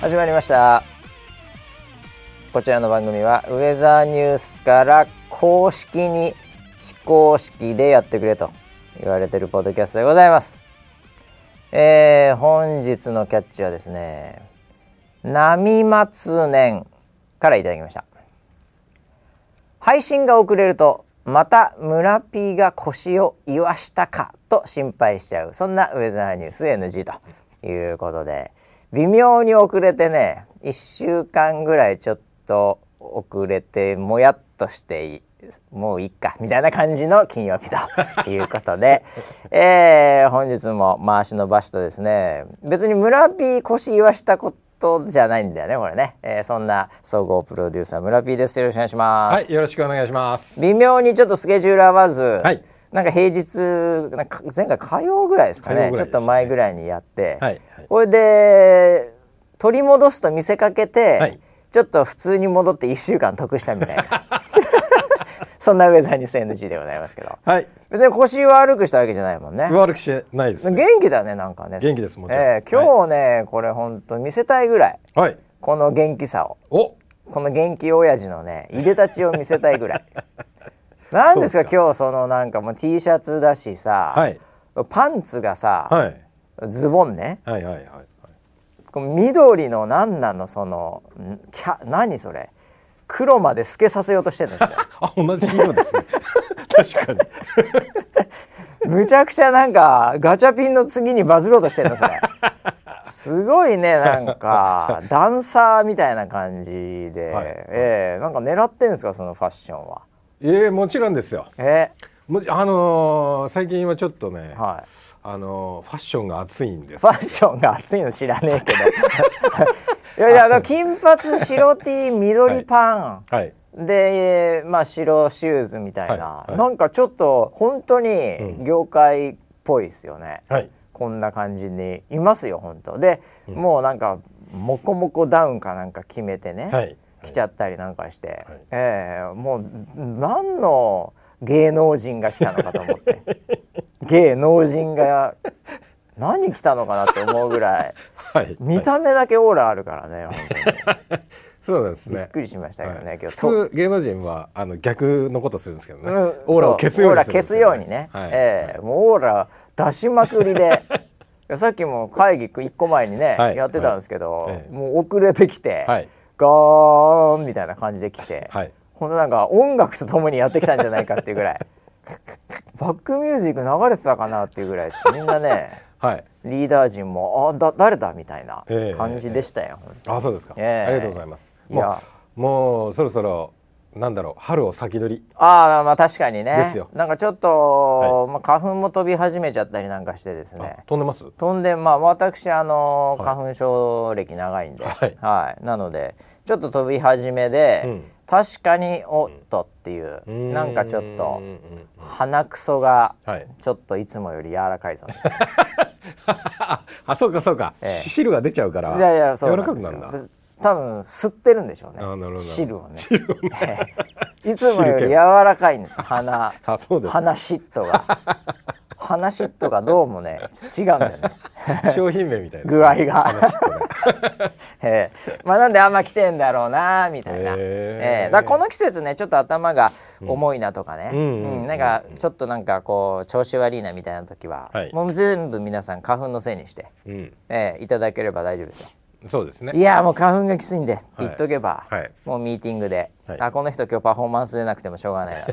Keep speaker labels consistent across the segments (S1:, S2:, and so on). S1: 始まりましたこちらの番組はウェザーニュースから公式に非公式でやってくれと言われてるポッドキャストでございますえー、本日のキャッチはですね「波松年」からいただきました配信が遅れるとまた村 P が腰を言わしたかと心配しちゃうそんなウェザーニュース NG ということで微妙に遅れてね1週間ぐらいちょっと遅れてもやっとしていもういっかみたいな感じの金曜日ということで、えー本日も回しのばしとですね別に村 P 腰言わしたことじゃないんだよねこれね、えーそんな総合プロデューサー村 P ですよろしくお願いします。
S2: はい、よろしくお願いします。
S1: 微妙にちょっとスケジュール合わず、
S2: はい
S1: なんか平日なんか前回火曜ぐらいですか
S2: 火
S1: ね
S2: 曜ぐ
S1: ち
S2: ら
S1: ょっ
S2: いでしたね
S1: と前ぐらいにやって、
S2: はいはい
S1: これで取り戻すと見せかけて、
S2: はい
S1: ちょっと普通に戻って1週間得したみたいな そんなウェザーニュース NG でございますけど
S2: はい、
S1: 別に腰は悪くしたわけじゃないもんね。
S2: 悪くしてないです。
S1: 元気だねなんかね
S2: 元気ですもちろん
S1: ええ今日ね、これほんと見せたいぐらい
S2: はい、
S1: この元気さを。
S2: お、
S1: この元気親父の ねいでたちを見せたいぐらいなんですか
S2: そうです
S1: 今日そのなんかもう T シャツだしさ、
S2: はい
S1: パンツがさ、
S2: はい、
S1: ズボンね
S2: はいはいはいはい。
S1: この緑の何なのそのんキャ何それ黒まで透けさせようとしてるん ですよ
S2: あ、同じ色ですね。確かに。
S1: むちゃくちゃなんかガチャピンの次にバズろうとしてるのそれすごいねなん かダンサーみたいな感じで、
S2: はい
S1: ええなんか狙ってんですかそのファッションは
S2: ええもちろんですよ。
S1: え
S2: もちあのー最近はちょっとね、
S1: はい
S2: あのーファッションが熱いんです
S1: フ。ァッションが熱いの知らねえけど いやいやあの金髪白 T 緑パン、
S2: はい。
S1: で、まあ、白シューズみたいな、
S2: はいはい
S1: なんかちょっと本当に業界っぽいですよね、
S2: はい
S1: こんな感じにいますよ本当で、もうなんかモコモコダウンかなんか決めてね、
S2: はい
S1: 来ちゃったりなんかして、
S2: はい
S1: ええもう何の芸能人が来たのかと思 って。芸能人が何来たのかなって思うぐらい
S2: はい。
S1: 見た目だけオーラあるからね、本当に
S2: そうなんです
S1: び
S2: ね
S1: っ。くりしましたけどね、
S2: はい
S1: 今
S2: 普
S1: 日と
S2: 通芸能人はあの逆のことするんですけどね、
S1: うん
S2: オーラを消す
S1: そオー
S2: ようにするん
S1: ラ消
S2: ですす
S1: よ
S2: よ
S1: う
S2: ね
S1: にね、
S2: はい
S1: ええもうオーラ出しまくり でさっきも会議1個前にね、
S2: はい
S1: やってたんですけど、
S2: はいええ
S1: もう遅れてきて、
S2: はい
S1: ガーンみたいな感じで来て、
S2: はい
S1: ほんとなんか音楽とともにやってきたんじゃないかっていう ぐらいバックミュージック流れてたかなっていうぐらいみんなね
S2: はい
S1: リーダー陣も「あだ誰だ?」みたいな
S2: ええ
S1: 感じでしたよ。
S2: あそうですか、
S1: ええ
S2: ありがとうございます
S1: いや
S2: もうもうそろそろなんだろう春を先取り
S1: ああまあ確かにね
S2: ですよ
S1: なんかちょっと、まあ、花粉も飛び始めちゃったりなんかしてですね
S2: あ飛んでます
S1: 飛んでまあ私あの、花粉症歴長いんで、は
S2: はいい
S1: なのでちょっと飛び始めで、
S2: うん
S1: 確かにおっとっていう、
S2: うん
S1: なんかちょっと
S2: うんうんうん
S1: 鼻くそが
S2: はい
S1: ちょっといつもより柔らかいぞ、
S2: あそうかそうか、
S1: え
S2: 汁が出ちゃうから
S1: いやいや、そう
S2: 柔らかくなるん
S1: で
S2: だ
S1: すよ多分吸ってるんでしょうね。
S2: あなるほどなるほど
S1: 汁をね。ええいつもより柔らかいんです。 鼻。
S2: あそうです
S1: 鼻シットが。鼻シットがどうもね、ちょっと違うんだよね。
S2: 商品名みたいな
S1: 具合が。 ええまあなんであんま来てんだろうなみたいな。
S2: へえ
S1: ええだからこの季節ねちょっと頭が重いなとかね、うん
S2: うんうんうん
S1: なんかちょっとなんかこう調子悪いなみたいな時は、
S2: はい
S1: もう全部皆さん花粉のせいにして、
S2: うん
S1: ええいただければ大丈夫ですよ。
S2: そうですね
S1: いやもう花粉がきついんでって言っとけば、
S2: はいはい
S1: もうミーティングで、
S2: はい
S1: あこの人今日パフォーマンス出なくてもしょうがないなってい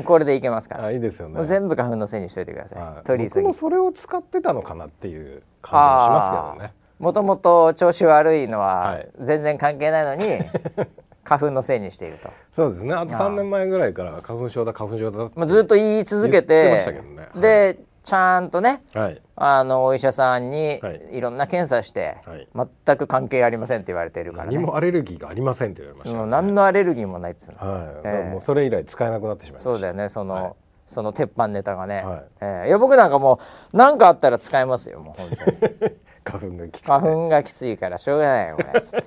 S1: う これでいけますから
S2: あいいですよね
S1: もう全部花粉のせいにしといてくださ
S2: はいい
S1: 取り
S2: 僕
S1: 急ぎ
S2: もそれを使ってたのかなっていう感じもしますけどね
S1: もともと調子悪いのは
S2: はい
S1: 全然関係ないの に、花粉のせいにしていると、
S2: そうですねあと3年前ぐらいから花粉症だ花粉症だ
S1: まあ、ずっと言い続けて
S2: 言ってましたけどねはい
S1: でちゃんとね
S2: はい
S1: あのお医者さんに
S2: はい
S1: いろんな検査して、
S2: はい
S1: 全く関係ありませんって言われてるからね
S2: 何もアレルギーがありませんって言われました、
S1: もう何のアレルギーもないっつうの。
S2: はい、
S1: ええ
S2: だからもうそれ以来使えなくなってしまいました
S1: そうだよねその、
S2: はい
S1: その鉄板ネタがね、
S2: はい
S1: えーいや僕なんかもう何かあったら使えますよもう本当に
S2: 花粉がきつくて
S1: 花粉がきついからしょうがないよこれつって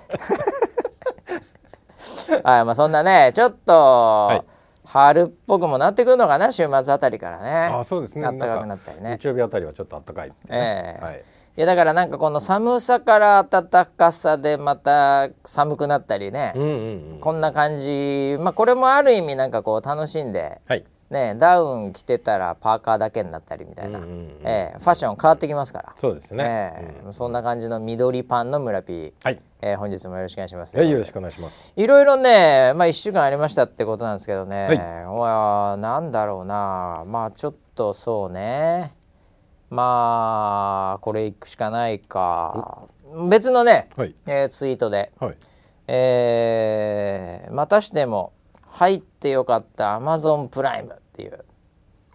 S1: はいまあそんなねちょっと、
S2: い
S1: 春っぽくもなってくるのかな週末あたりからね
S2: あそうですね
S1: 暖かくなったり
S2: んか
S1: ね
S2: 日曜日あたりはちょっと暖かいってね、
S1: ええ
S2: はい
S1: いやだからなんかこの寒さから暖かさでまた寒くなったりね、
S2: うんうんうん
S1: こんな感じまあこれもある意味なんかこう楽しんで、
S2: はい
S1: ね、ダウン着てたらパーカーだけになったりみたいな、
S2: うんうんうん
S1: ええファッション変わってきますから
S2: そうですね
S1: ええそんな感じの緑パンの村 P、
S2: はい
S1: ええ本日もよろしくお願いします
S2: はいよろしくお願いします
S1: いろいろね、まあ、1週間ありましたってことなんですけどね、
S2: はい
S1: まあなんだろうなまあちょっとそうねまあこれいくしかないか別のね、
S2: はい
S1: えーツイートで、
S2: はい
S1: えーまたしても入ってよかったアマゾンプライムっていう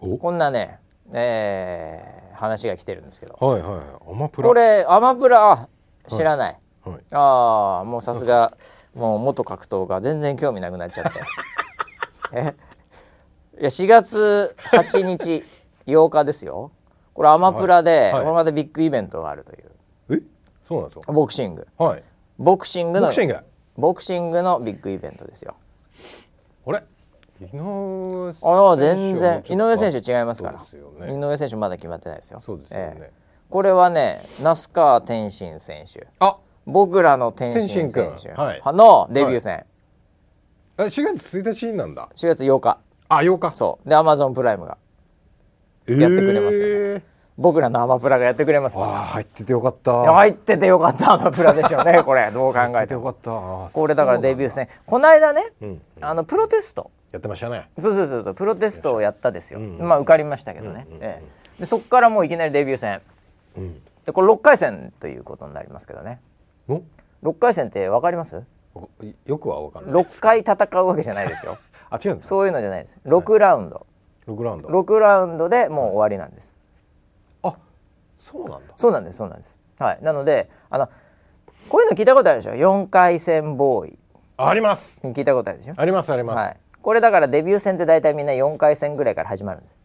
S2: お
S1: こんなね、えー話が来てるんですけど
S2: はいはいはいアマプラ
S1: これアマプラあ知らない、
S2: はい
S1: ああもうさすがもう元格闘家全然興味なくなっちゃって えいや4月8日 8日ですよこれアマプラで、
S2: はいはい
S1: これまたビッグイベントがあるという
S2: えそうなんですか
S1: ボクシング
S2: はい
S1: ボクシング
S2: ボ
S1: の
S2: クシング
S1: ボクシングのビッグイベントですよ
S2: あれ井上選手
S1: ああ全然井上選手違いますから
S2: そうですよ
S1: 井
S2: ね
S1: 上選手まだ決まってないですよ
S2: そうですよね
S1: これはね那須川天心選手
S2: あ
S1: 僕らの天心
S2: 天心
S1: 選
S2: 君
S1: 手
S2: はい
S1: のデビュー戦、
S2: え4月1日なんだ
S1: 4月8日
S2: あ8日
S1: そうでアマゾンプライムが
S2: えー
S1: やってくれますよ僕らのアマプラがやってくれますから
S2: ああ入っててよかった
S1: いや入っててよかったアマプラでしょう ねこれどう考
S2: 入
S1: え
S2: ってて
S1: て
S2: よ
S1: も
S2: かったああ
S1: これだからデビュー
S2: そう
S1: 戦この間ね、
S2: なんだ
S1: あのプロテスト
S2: うんやってましたね
S1: そうそうそうそうプロテストをやったですよ、
S2: ん
S1: まあ受かりましたけどね、ええでそこからもういきなりデビュー戦、でこれ6回戦ということになりますけどね
S2: お
S1: 6回戦って分かります
S2: わかよくは分かんない
S1: ?6 回戦うわけじゃないですよ
S2: あ違うんですか
S1: そういうのじゃないです6ラウンド、
S2: 6ラウンド
S1: 6ラウンドでもう終わりなんです
S2: あそうなんだ
S1: そうなんですそうなんですはいなのであのこういうの聞いたことあるでしょ4回戦ボーイ
S2: あります
S1: 聞いたことあるでしょ
S2: ありますあります、
S1: はいこれだからデビュー戦って大体みんな4回戦ぐらいから始まるんです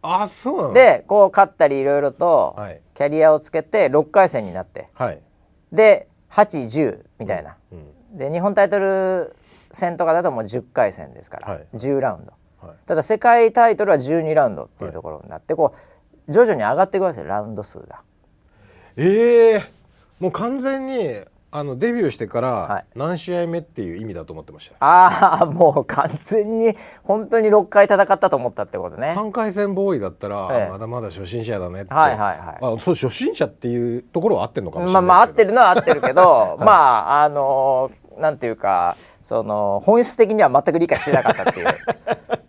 S2: あそうなんだ
S1: でこう勝ったりいろいろと
S2: はい
S1: キャリアをつけて6回戦になって
S2: はい
S1: で810みたいな、
S2: うん
S1: で日本タイトル戦とかだともう10回戦ですから、
S2: はい
S1: 10ラウンド
S2: はい
S1: ただ世界タイトルは12ラウンドっていうところになって、こう徐々に上がっていくわけですよラウンド数が
S2: ええもう完全にあのデビューしてか
S1: は
S2: ら
S1: い
S2: 何試合目っていう意味だと思ってました、
S1: ああもう完全に本当に6回戦ったと思ったってことね
S2: 三回戦ボーイだったら、
S1: ええ
S2: まだまだ初心者だねって、
S1: はいはいはい
S2: あそう初心者っていうところは合ってるのかもし
S1: ま
S2: れな
S1: あ
S2: い
S1: まあ合って
S2: る
S1: るのは合ってる けど、まああのーなんていうかその本質的には全く理解してなかったっていう い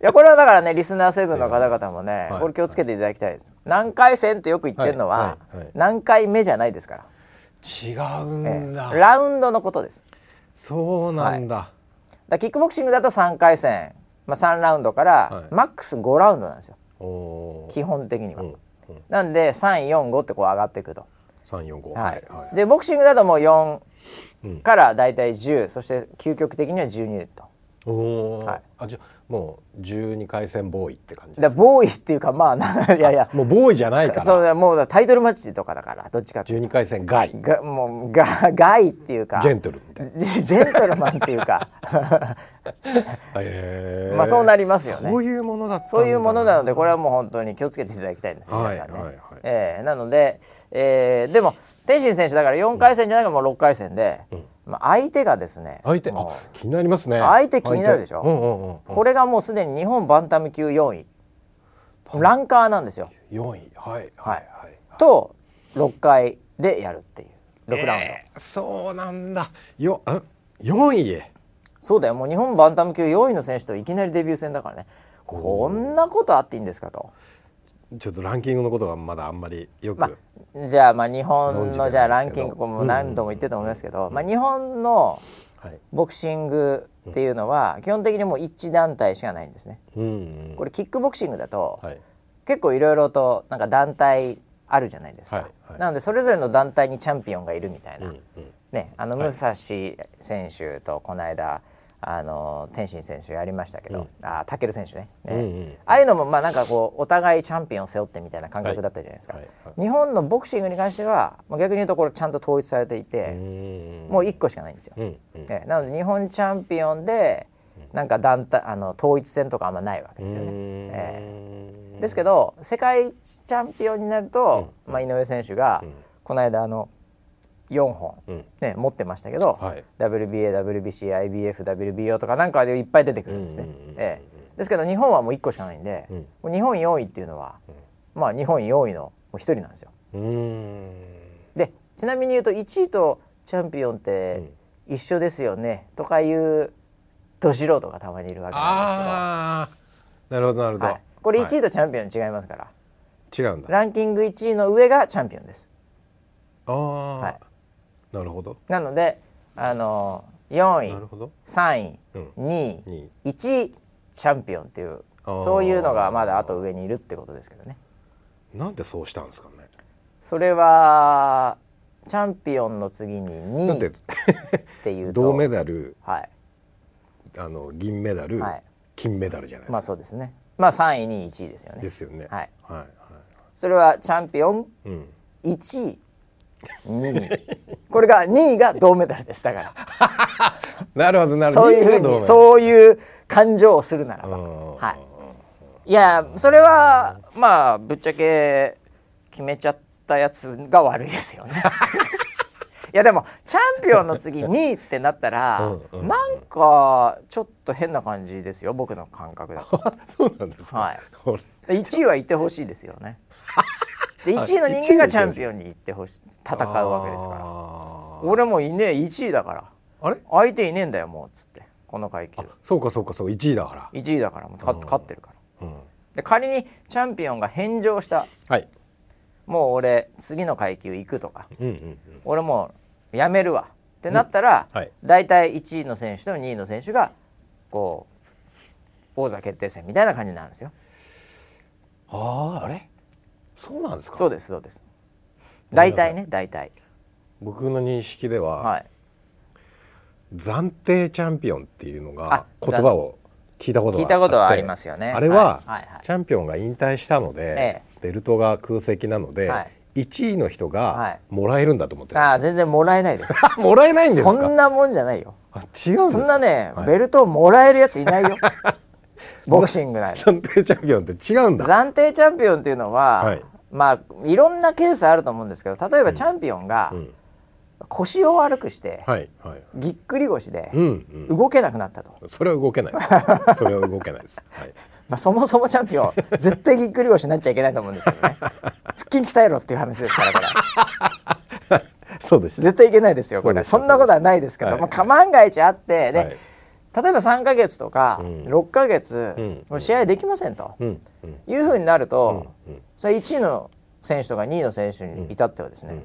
S1: やこれはだからねリスナーセブンの方々もね、
S2: はい
S1: これ気をつけていただきたいです、何回戦ってよく言ってるのは、
S2: はいはいはい
S1: 何回目じゃないですから、
S2: 違うんだ、
S1: ラウンドのことです
S2: そうなんだ、
S1: だからキックボクシングだと3回戦、まあ、3ラウンドから、
S2: はい
S1: マックス5ラウンドなんですよ
S2: お
S1: 基本的には、
S2: ん
S1: なんで345ってこう上がっていくと。
S2: 三四五
S1: はいでボクシングだともう4からだいたい10、そして究極的には12と。
S2: おおー、
S1: はい
S2: あじゃあもう十二回戦ボーイって感じ
S1: だか
S2: で
S1: ら
S2: す
S1: ボーイっていうかまあないやいや
S2: もうボーイじゃないか
S1: そ
S2: ら
S1: うだもうだタイトルマッチとかだからどっちかって
S2: 十二回戦外
S1: がもうがガイっていうか
S2: ジェントルみたい
S1: ジジェントルマンっていう か
S2: なへー
S1: まあそうなりますよね
S2: そういうものだったんだ
S1: そういうものなのでこれはもう本当に気をつけていただきたいんですよ
S2: はい
S1: 皆さんね、
S2: はいはい
S1: ええなので、えーでも天心選手だから4回戦じゃなくてもう6回戦で、まあ、相手がですね
S2: 相手
S1: も
S2: あ気になりますね
S1: 相手気になるでしょ
S2: 相手うんうんうん
S1: うこれがもうすでに日本バンタム級4位ランカーなんですよ
S2: 四位はいはいはい
S1: と6回でやるっていう6ラウンド、
S2: えーそうなんだよん四位へ
S1: そうだよもう日本バンタム級4位の選手といきなりデビュー戦だからねこんなことあっていいんですかと、
S2: ちょっとランキングのことがまだあんまりよく、
S1: まあ、じゃあまあ日本
S2: 存じてな
S1: の
S2: い
S1: じゃあ
S2: で
S1: ラ
S2: す
S1: ン
S2: けど
S1: キングここも何度も言ってたと思いますけど、まあ、日本の
S2: はい
S1: ボクシングっていうのは基本的にもう1団体しかないんですね。
S2: うんうん
S1: これキックボクシングだと
S2: はい
S1: 結構いろいろとなんか団体あるじゃないですか、
S2: はいはい
S1: なのでそれぞれの団体にチャンピオンがいるみたいな、
S2: うんうん
S1: ね、あの武蔵選手とこの間あの天心選手やりましたけど、あタケル選手ねね、
S2: うんうん
S1: ああいうのもまあなんかこうお互いチャンピオンを背負ってみたいな感覚だったじゃないですか、
S2: はいはい
S1: 日本のボクシングに関してはまあ逆に言うとこれちゃんと統一されていて、
S2: うん
S1: もう1個しかないんですよ、
S2: うんうん
S1: ねなので日本チャンピオンでなんか団体あの統一戦とかあんまないわけですよね、
S2: うん
S1: えですけど世界チャンピオンになると、まあ、井上選手が、この間あの4本、
S2: うん
S1: ね、持ってましたけど、
S2: はい
S1: WBA、WBC、IBF、WBO とかなんかでいっぱい出てくるんですね
S2: うんうんうんうん。
S1: ええですけど日本はもう1個しかないんで、
S2: うん
S1: もう日本4位っていうのは、まあ日本4位のもう1人なんですよ。
S2: うーん
S1: でちなみに言うと1位とチャンピオンって一緒ですよね、とかいうど素人がたまにいるわけなんで
S2: ああなるほどなる
S1: すけど、
S2: ほど、
S1: はい、これ
S2: はい
S1: 1位とチャンピオン違いますから、
S2: 違うんだ
S1: ランキング1位の上がチャンピオンです。
S2: ああ、
S1: はい
S2: なるほど
S1: なので、あの4
S2: なる
S1: 位、
S2: ほど
S1: 3位、
S2: うん
S1: 2
S2: 二位
S1: 位、1位チャンピオンっていう
S2: あー
S1: そういうのがまだあと上にいるってことですけどね。
S2: なんでそうしたんですかね
S1: それはチャンピオンの次に2
S2: だっ
S1: 位
S2: て
S1: っていうと
S2: 銅メダル
S1: はい
S2: あの銀メダル、
S1: はい
S2: 金メダルじゃないですか、
S1: まあそうですね。まあ3位、2位、1位ですよね。
S2: ですよね
S1: はい
S2: はいは
S1: それはチャンピオン
S2: いうん
S1: 1位、2位。これが2位が銅メダルですだ から。
S2: なるほどなるほど
S1: そういうふう
S2: 銀が銅メダ
S1: に
S2: ル
S1: そういう感情をするならば、
S2: うん
S1: はい。いやそれはまあぶっちゃけ決めちゃったやつが悪いですよ ね。いやでもチャンピオンの次2位ってなったら
S2: うんうん
S1: なんかちょっと変な感じですよ僕の感覚だと。
S2: あ そうなんですか、
S1: はい
S2: これ
S1: 1位はいてほしいですよ ね。で1位の人間がチャンピオンに行ってほしい戦うわけですから。
S2: あー
S1: 俺もいねえ1位だから
S2: あれ
S1: 相手いねえんだよもうっつってこの階級
S2: あそうかそうかそう1位だか
S1: 1位だからもう勝っ勝ってるから。
S2: ら、うん、
S1: で仮にチャンピオンが返上した
S2: はい
S1: もう俺次の階級行くとか
S2: うんうんうん
S1: 俺もうやめるわってなったら、
S2: うんはい
S1: 大体1位の選手と2位の選手がこう王座決定戦みたいな感じになるんですよ。
S2: あああれそうなんですか
S1: そうですそうです。大体ね大体
S2: 僕の認識では、
S1: はい。
S2: 暫定チャンピオンっていうのが
S1: あ
S2: 言葉を聞いたことが
S1: 聞いたことは
S2: って
S1: ありますよね
S2: あれは、
S1: はいはいはい
S2: チャンピオンが引退したので
S1: え、
S2: ベルトが空席なので、
S1: はい
S2: 1位の人
S1: は
S2: が
S1: い
S2: もらえるんだと思って
S1: あ
S2: た
S1: あ
S2: んです
S1: 全然もらえ ないです。
S2: あ もらえないんですか
S1: そんなもんじゃないよ。
S2: あ違うんです
S1: そ
S2: か
S1: んなね、
S2: はい
S1: ベルトをもらえるやついないよ。 ボクシングなら。
S2: 暫定チャンピオンって違うんだ
S1: 暫定チャンピオンっていうのは、
S2: はい
S1: まあいろんなケースあると思うんですけど例えばチャンピオンが
S2: ん
S1: 腰を悪くして、
S2: はいはい
S1: ぎっくり腰で
S2: うんうん
S1: 動けなくなったと、
S2: それは動けない ですそれは動けないです、はい、
S1: まあ、そもそもチャン ピオン絶対ぎっくり腰になっちゃいけないと思うんですけどね腹筋鍛えろっていう話ですからこれ
S2: そうですね
S1: 絶対いけないですよこ
S2: そう
S1: れ
S2: です
S1: そんなことはないですけど、
S2: はい
S1: まあ、万が一あってで、
S2: はい
S1: 例えば3か月とか
S2: ん
S1: 6か月、
S2: ん
S1: もう試合できませんと、
S2: うんうん
S1: いうふうになると、
S2: うんうん
S1: それ1位の選手とか2位の選手に至ってはですね、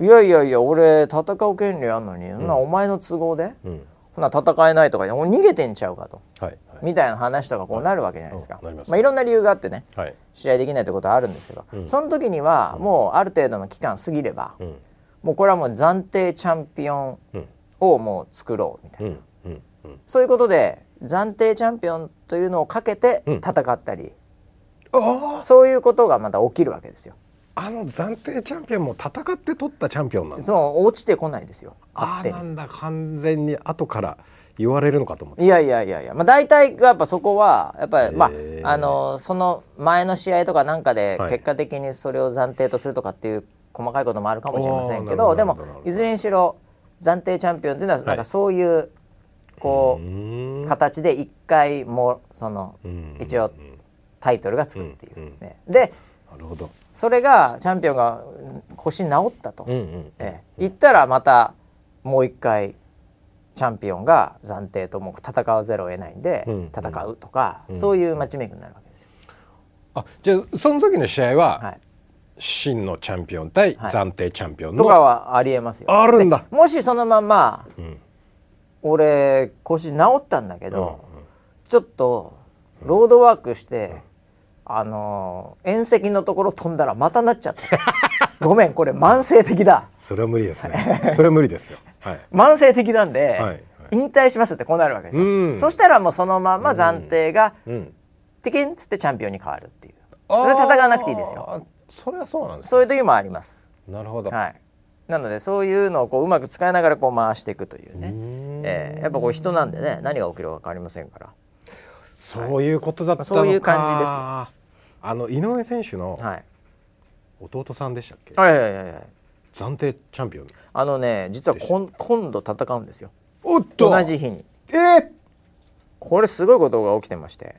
S1: いやいやいや俺戦う権利あんのに、そんなお前の都合で、
S2: うん
S1: そんな戦えないとかもう逃げてんちゃうかと、
S2: はい
S1: みたいな話とかこうなるわけじゃないですか、
S2: うんなります
S1: あ、いろんな理由があってね
S2: はいはい
S1: 試合できないってことはあるんですけど、その時にはもうある程度の期間過ぎれば、
S2: ん
S1: もうこれはもう暫定チャンピオンをもう作ろうみたいな。
S2: うんうんうん
S1: そういうことで暫定チャンピオンというのをかけて戦ったり、
S2: あ
S1: そういうことがまた起きるわけですよ。
S2: ああの暫定チャンピオンも戦って取ったチャンピオンなんだ
S1: そう落ちてこないですよ
S2: あ
S1: 勝手
S2: あーな
S1: に。
S2: んだ完全に後から言われるのかと思って
S1: いやいやいやいや、まあ、大体がやっぱそこはやっぱり、ま
S2: へー
S1: あ、あのその前の試合とかなんかで
S2: はい
S1: 結果的にそれを暫定とするとかっていう細かいこともあるかもしれませんけ
S2: お
S1: ど
S2: ーな
S1: で
S2: る
S1: も
S2: ほどなるほど
S1: いずれにしろ暫定チャンピオンというのはなん
S2: は
S1: か
S2: い
S1: そういうこ
S2: う
S1: う、
S2: ーん
S1: 形で一回もその
S2: ん
S1: 一応タイトルがつくっていう、
S2: うん
S1: ねで
S2: なるほど
S1: それがチャンピオンがうん腰治ったと、
S2: うんうん
S1: ええ、行ったらまたもう一回チャンピオンが暫定ともう戦わざるを得ないんで、
S2: うん
S1: 戦うとか、そういうマッチメイクになるわけですよ。
S2: あじゃあその時の試合は、
S1: はい、
S2: 真のチャンピオン対
S1: はい
S2: 暫定チャンピオンの、
S1: とかはありえますよ。
S2: あるんだ
S1: でもしそのまんま、
S2: ん
S1: 俺腰治ったんだけど、ちょっとロードワークして、あのー縁石のところ飛んだらまたなっちゃった。 ごめんこれ慢性的だ。
S2: それは無理ですねそれは無理ですよはい
S1: 慢性的なんで、
S2: はいはい
S1: 引退しますってこうなるわけですよ、
S2: うん
S1: そしたらもうそのまま暫定が、
S2: うん
S1: テキンっつってチャンピオンに変わるっていうそれ戦わなくていいですよ
S2: よそれはそうなんです
S1: そういう時もあります
S2: なるほど、
S1: はいなのでそういうのをこううまく使いながらこう回していくというねえーやっぱこう人なんでね何が起きるか分かりませんから
S2: そういうことだったのか、
S1: そういう感じです
S2: あの井上選手の
S1: はい
S2: 弟さんでしたっけ、
S1: はいはいはいはい
S2: 暫定チャンピオン
S1: あのね実はこん今度戦うんですよ
S2: おっと
S1: 同じ日に
S2: えー、
S1: これすごいことが起きてまして、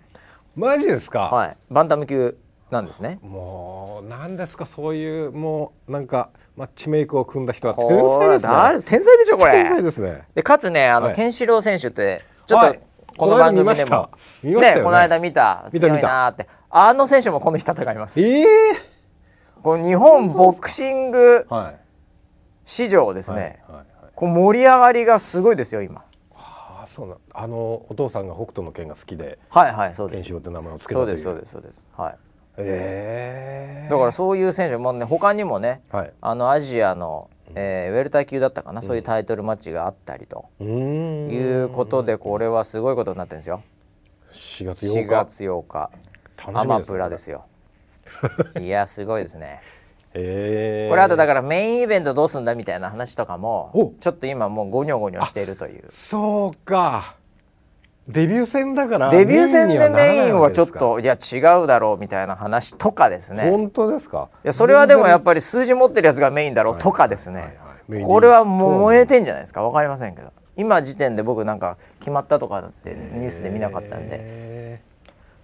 S2: マジですか、
S1: はい、バンタム級なんですね
S2: もう何ですかそういうもうなんかマッチメイクを組んだ人は天
S1: こ
S2: 才
S1: れ
S2: ですね
S1: 誰天才でしょこれ
S2: 天才で すね
S1: でかつねあの、
S2: はい
S1: ケンシロウ選手ってちょっ
S2: は
S1: と
S2: い
S1: この
S2: この間
S1: 番組
S2: 見ま
S1: で
S2: し
S1: も
S2: た見ましたよね
S1: この間見た
S2: 見た
S1: 強
S2: 見た
S1: いなーってあの選手もこの日戦います
S2: ええ
S1: この日本ボクシング
S2: はい
S1: 史上です
S2: はい
S1: ね、
S2: はいはい
S1: こう盛り上がりがすごいですよ今
S2: ああそうなあのお父さんが北斗の拳が好きで
S1: はいはいそうで
S2: 剣
S1: す
S2: 士郎って名前をつけた
S1: そう
S2: と
S1: で
S2: いう
S1: すそうですそうですはい
S2: ええ
S1: だからそういう選手もね他にもね
S2: はい
S1: あのアジアの、えーウェルター級だったかな、そういうタイトルマッチがあったりと
S2: うーん
S1: いうことでこれはすごいことになってるんですよ
S2: 4月8
S1: 4
S2: 日
S1: 月8日
S2: 楽
S1: ア
S2: しみ
S1: マ
S2: ですね
S1: プラですよいやすごいですね
S2: ええ
S1: これあとだからメインイベントどうすんだみたいな話とかも
S2: お
S1: ちょっと今もうゴニョゴニョしているという
S2: そうかデビュー戦だから
S1: デビュー戦
S2: メインに
S1: で
S2: はならない
S1: メイン
S2: わ
S1: は
S2: け
S1: ちょ
S2: で
S1: っ
S2: すか
S1: といや違うだろうみたいな話とかですね
S2: 本当ですか
S1: いやそれはでもやっ
S2: ぱ
S1: ぱり数字持ってるやつがメインだろうとかです
S2: はい
S1: ね
S2: はいメインに
S1: これはもう燃えてんじゃないですか分かりませんけど今時点で僕なんか決まったとかってニュースで見なかったんで
S2: ええ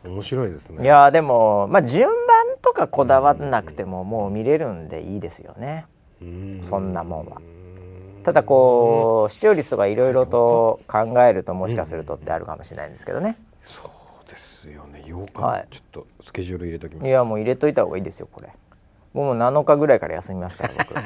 S2: 面白いですね
S1: いやーでもまあ順番とかこだわんなくてももう見れるんでいいですよね
S2: うん
S1: そんなもんは
S2: う。ん
S1: ただこう視聴率とかいろいろと考えるともしかするとってあるかもしれないんですけどね
S2: そうですよね8日、
S1: はい
S2: ちょっとスケジュール入れときます
S1: いやもう入れといた方がいいですよこれもう7日ぐらいから休みます から僕も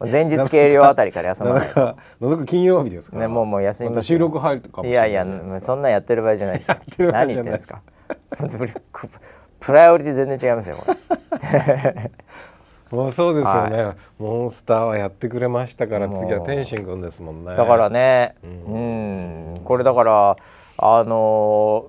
S1: う前日計量あたりから休まない
S2: 7日7日金曜日ですから、
S1: ねもうもう休みますよ
S2: また収録入るかも
S1: い
S2: しれ
S1: や
S2: ない
S1: いや
S2: です
S1: そんなんやってる場合じゃないですよ
S2: ってる場合
S1: 何
S2: じ
S1: 言
S2: ゃ
S1: って
S2: なん
S1: で
S2: いですす
S1: か プライオリティ全然違いますよこれ
S2: もうそうですよね、モンスターはやってくれましたから
S1: もう
S2: 次は天心君ですもんね
S1: だからね、うん、これだから、あのー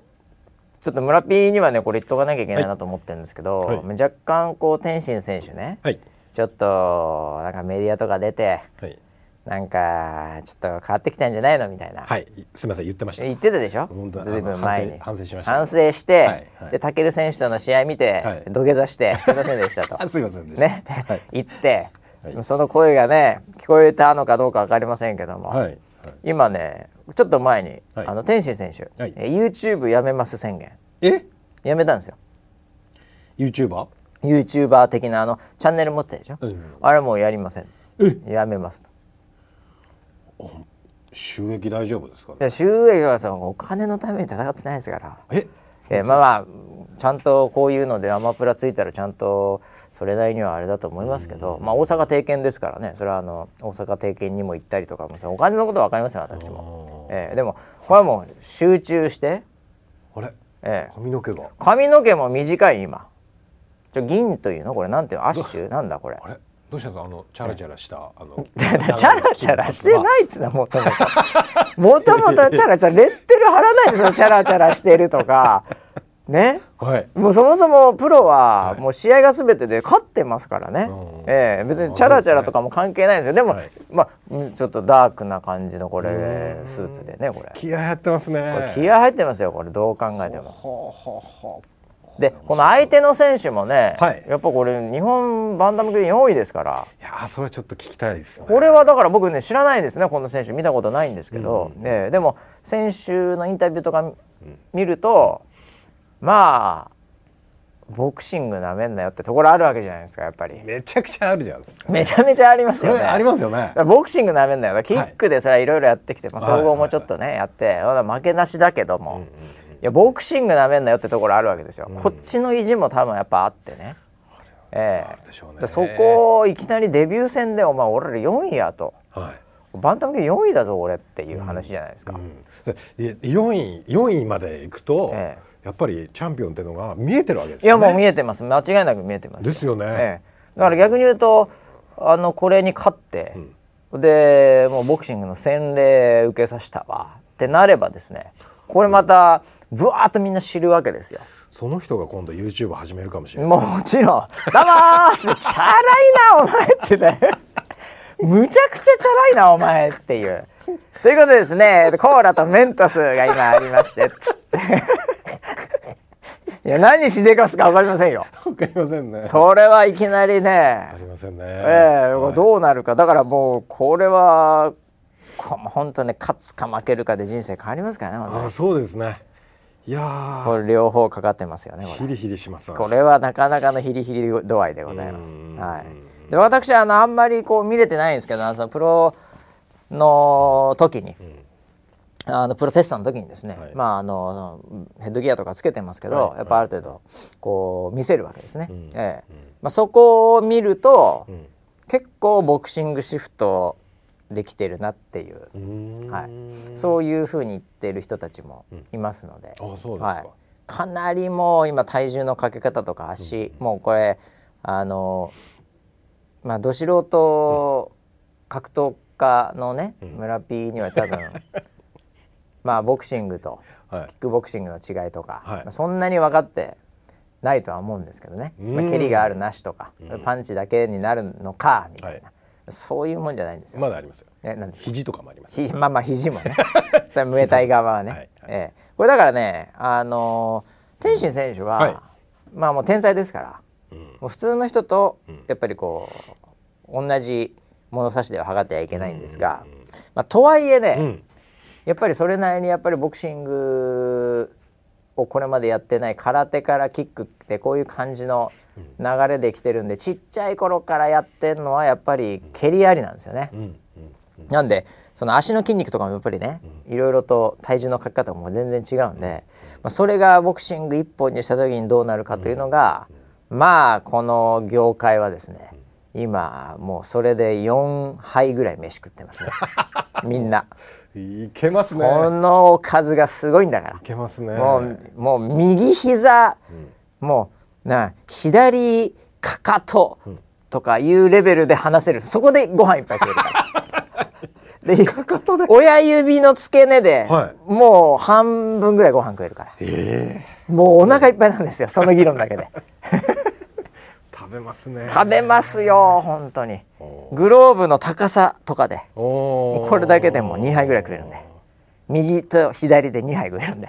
S1: ちょっと村 P にはね、これ言っとかなきゃいけないなと思ってるんですけど、
S2: はい
S1: 若干こう天心選手ね、
S2: はい
S1: ちょっとなんかメディアとか出て、
S2: はい、
S1: なんかちょっと変わってきたんじゃないのみたいな、
S2: はい、すみません言ってました
S1: 言ってたでしょ
S2: 本当。
S1: ずいぶん前
S2: あ
S1: に
S2: の反省反省しました
S1: 反省して、
S2: はいはい
S1: でタケル選手との試合見て、
S2: はい
S1: 土下座 してすいませんでしたと。
S2: あすみませんでした
S1: ね、
S2: はい、
S1: 言って、
S2: はい
S1: その声がね聞こえたのかどうか分かりませんけども、
S2: はいはい
S1: 今ねちょっと前に、
S2: はい
S1: あの天心選手、
S2: はい
S1: え YouTube やめます宣言
S2: え
S1: やめたんですよ
S2: YouTuber?
S1: YouTuber 的なあのチャンネル持ってるでしょ、
S2: うん
S1: あれもうやりません
S2: え
S1: やめますと
S2: 収益大丈夫ですか
S1: い
S2: ね
S1: や収益はさお金のために戦ってないですから
S2: え
S1: えーまあまあちゃんとこういうのでアマプラついたらちゃんとそれなりにはあれだと思いますけど、まあ大阪定見ですからねそれはあの大阪定見にも行ったりとかもさお金のことは分かりません私も、えーでもこれはもう集中して、
S2: あれ
S1: えー
S2: 髪の毛が
S1: 髪の毛も短い今ちょ銀というのこれなんていうのアッシュなんだこれ
S2: あれどうしたんですかあのチャラチャラしたあの
S1: チャラチャラしてないっつうのもとも ともともとチャラチャラレッテル貼らないんです よチャラチャラしてるとかね
S2: はい
S1: もうそもそもプロはもう試合が全てで勝ってますからね、
S2: うん
S1: ええ別にチャラチャラとかも関係ないんですよでも、
S2: はい
S1: まあうんちょっとダークな感じのこれスーツでねこれ
S2: 気合入ってますね
S1: これ気合入ってますよこれどう考えても。
S2: ほうほうほ
S1: でこの相手の選手もね、
S2: はい
S1: やっぱこれ日本バンダム級4位ですから
S2: ういやーそれちょっと聞きたいですね
S1: これはだから僕ね知らないですねこの選手見たことないんですけど、ええでも選手のインタビューとか見ると、まあボクシングなめんなよってところあるわけじゃないですかやっぱり。
S2: めちゃくちゃあるじゃないですか
S1: めちゃめちゃあります
S2: そ
S1: よ
S2: れ
S1: ね。
S2: ありますよね
S1: ボクシングなめんだよキックでそれはいろいろやってきて、まあ、
S2: はい
S1: 総合もちょっとね、やってまだ負けなしだけども、いやボクシングなめんなよってところあるわけですよ、こっちの意地も多分やっぱあってね、ええ
S2: あるでしょうね
S1: でそこをいきなりデビュー戦でお前俺ら4位やと
S2: はい
S1: バンタム級4位だぞ俺っていう話じゃないですか、
S2: うんで4位四位まで行くと、
S1: え
S2: やっぱりチャンピオンっていうのが見えてるわけです
S1: いや
S2: よね。
S1: もう見えてます間違いなく見えてます
S2: ですよね
S1: ええだから逆に言うとあのこれに勝って、でもうボクシングの洗礼受けさせたわってなればですねこれまたぶわーっとみんな知るわけですよ。
S2: その人が今度 YouTube 始めるかもしれない。
S1: もちろん「だまーっつって「チャラいなお前」ってね 「むちゃくちゃチャラいなお前」っていう。ということでですねコーラとメントスが今ありましてつっていや何しでかすか分かりませんよ
S2: わかりませんね。わ
S1: それはいきなりね
S2: かりませんね。
S1: ええ
S2: はい
S1: どうなるかだからもうこれはこ本当ね勝つか負けるかで人生変わりますからね本当
S2: あ
S1: に
S2: そうですね。いやー
S1: これ両方かかってますよねこれ
S2: ヒリヒリしますわ
S1: これはなかなかのヒリヒリ度合いでございます
S2: うん。
S1: はい、で私あのあんまりこう見れてないんですけどあのそのプロの時に、あのプロテストの時にですね、
S2: はい
S1: まあ、あのヘッドギアとかつけてますけど、やっぱある程度こう見せるわけですね。
S2: ん
S1: ええまあ、そこを見ると、
S2: ん
S1: 結構ボクシングシフトできてるなっていう
S2: うーん
S1: はい、そういうふうに言ってる人たちもいますので、
S2: あそうですか
S1: はい、かなりもう今体重のかけ方とか足、もうこれあのまあど素人格闘家のね、村 P には 多分まあボクシングと
S2: はい
S1: キックボクシングの違いとか、
S2: はい
S1: まあそんなに分かってないとは思うんですけどね、まあ、
S2: うん
S1: 蹴りがあるなしとか、パンチだけになるのかみたいな、
S2: は
S1: そういうもんじゃないんですよ。
S2: まだありますよ。
S1: えなんですか
S2: 肘とかもあります。
S1: ひまあまあ肘もねそれはムエタイ側はね、
S2: はいはい
S1: ええこれだからねあのー天心選手は、
S2: はい
S1: まあもう天才ですから、もう普通の人とやっぱりこう、同じ物差しでは測ってはいけないんですが、まあ、とはいえね、
S2: うん。
S1: やっぱりそれなりにやっぱりボクシングをこれまでやってない空手からキックってこういう感じの流れできてるんでちっちゃい頃からやってるのはやっぱり蹴りありなんですよね。
S2: うん。うん。
S1: なんでその足の筋肉とかもやっぱりねいろいろと体重のかけ方も全然違うんで、まあ、それがボクシング一本にした時にどうなるかというのが、まあこの業界はですね今もうそれで4杯ぐらい飯食って ますねみんな。
S2: いけますね。
S1: そのおかずがすごいんだか
S2: いけますね。
S1: ら、もうもう右膝、もうな左かかととかいうレベルで話せるそこでご飯いっぱい食えるから で親指の付け根で、
S2: は
S1: もう半分ぐらいご飯食えるから
S2: ええ
S1: もうお腹いっぱいなんですよその議論だけで
S2: 食べますね。
S1: 食べますよ本当に
S2: お
S1: グローブの高さとかで
S2: おお。
S1: これだけでも2杯ぐらい食えるんで右と左で2杯食える んで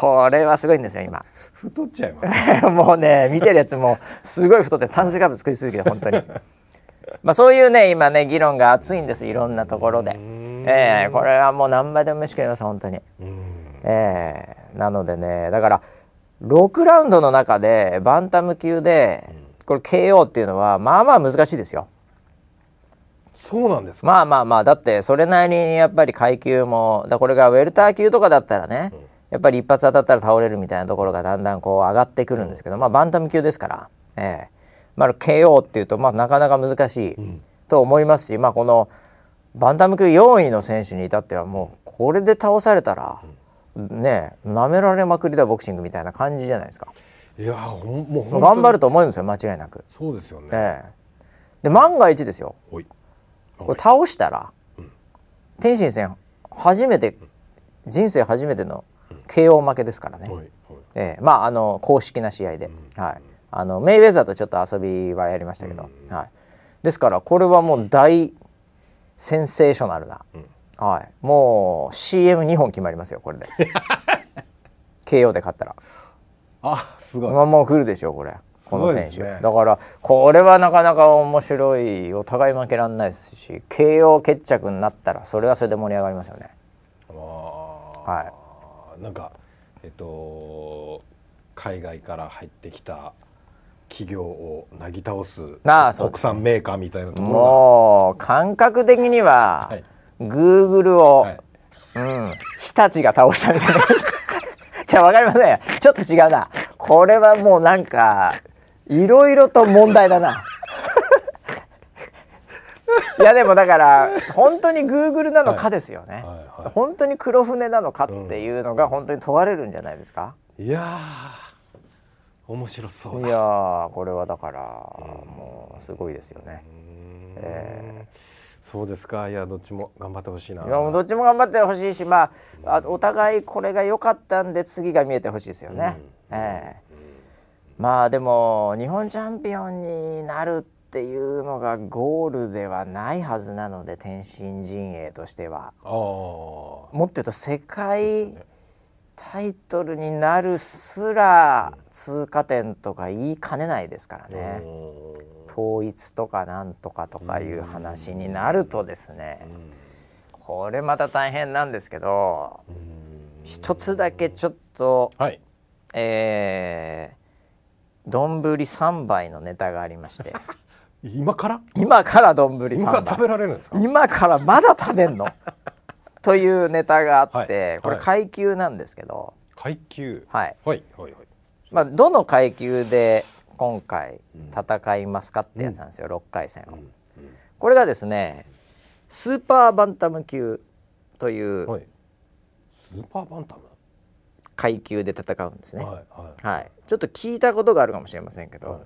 S1: これはすごいんですよ今
S2: 太っちゃいます。
S1: もうね見てるやつもすごい太って炭水化物食い続けて本 当にまあそういうね今ね議論が熱いんですいろんなところで、ええこれはもう何杯でも飯食えます本当に、
S2: うん。
S1: ええなのでねだから6ラウンドの中でバンタム級でこれ KO っていうのはまあまあ難しいですよ
S2: そうなんですか。
S1: まあまあまあだってそれなりにやっぱり階級もだこれがウェルター級とかだったらね、やっぱり一発当たったら倒れるみたいなところがだんだんこう上がってくるんですけど、まあバンタム級ですから、ええまあ KO っていうとまあなかなか難しいと思いますし、まあこのバンタム級4位の選手に至ってはもうこれで倒されたら、ねえ舐められまくりだボクシングみたいな感じじゃないですか
S2: いやー、ほん、もう本当に。
S1: 頑張ると思うんですよ間違いなく。
S2: そうですよね。
S1: ええで万が一ですよ
S2: おい。
S1: これ倒したら、天心戦初めて、人生初めての KO 負けですからね、
S2: おい。おい。
S1: ええまああの公式な試合で、はい、あのメイウェザーとちょっと遊びはやりましたけど、はい、ですからこれはもう大センセーショナルな、はい、もう CM2 本決まりますよこれで KO で勝ったら。
S2: あ、すごい。
S1: まあもう来るでしょうこれこの
S2: ごいで
S1: 選
S2: す
S1: 手、
S2: ね
S1: だからこれはなかなか面白いお互い負けられないですし KO 決着になったらそれはそれで盛り上がりますよね
S2: あ
S1: はい
S2: ーなんかえっと海外から入ってきた企業をなぎ倒す
S1: あーそう
S2: 国産メーカーみたいなところ
S1: もう感覚的には、
S2: はい
S1: Google を、
S2: が、はい、
S1: うん、日立が倒したみたいな じゃあ分かりませんよちょっと違うなこれはもうなんかいろいろと問題だな いやでもだから本当に Google なのかですよね、
S2: はいは
S1: 本当に黒船なのかっていうのが本当に問われるんじゃないですか、
S2: いやー面白そう
S1: い
S2: だ
S1: やーこれはだからもうすごいですよね、
S2: そうですかいやどっちも頑張ってほしいない
S1: やもうどっちも頑張ってほしいし、まあ、あお互いこれが良かったんで次が見えてほしいですよね。ええまあでも日本チャンピオンになるっていうのがゴールではないはずなので天心陣営としては。
S2: あー
S1: もっと言うと世界タイトルになるすら通過点とか言いかねないですからね、
S2: おー
S1: 統一とかなんとかとかいう話になるとですね、これまた大変なんですけど
S2: うんうん
S1: 一つだけちょっと
S2: はい
S1: えー、丼3杯のネタがありまして
S2: 今から
S1: 今から丼3杯
S2: 今から食べられるんですか
S1: 今からまだ食べんの というネタがあって、
S2: はい
S1: これ
S2: はい
S1: 階級なんですけど、
S2: 階級
S1: はい
S2: はいはいはい
S1: まあ、どの階級で今回戦いますかってやつなんですよ、6回戦を、これがですねスーパーバンタム級という
S2: はいスーパーバンタム
S1: 階級で戦うんですね、
S2: はいは
S1: はい、ちょっと聞いたことがあるかもしれませんけ
S2: い
S1: ど、
S2: はい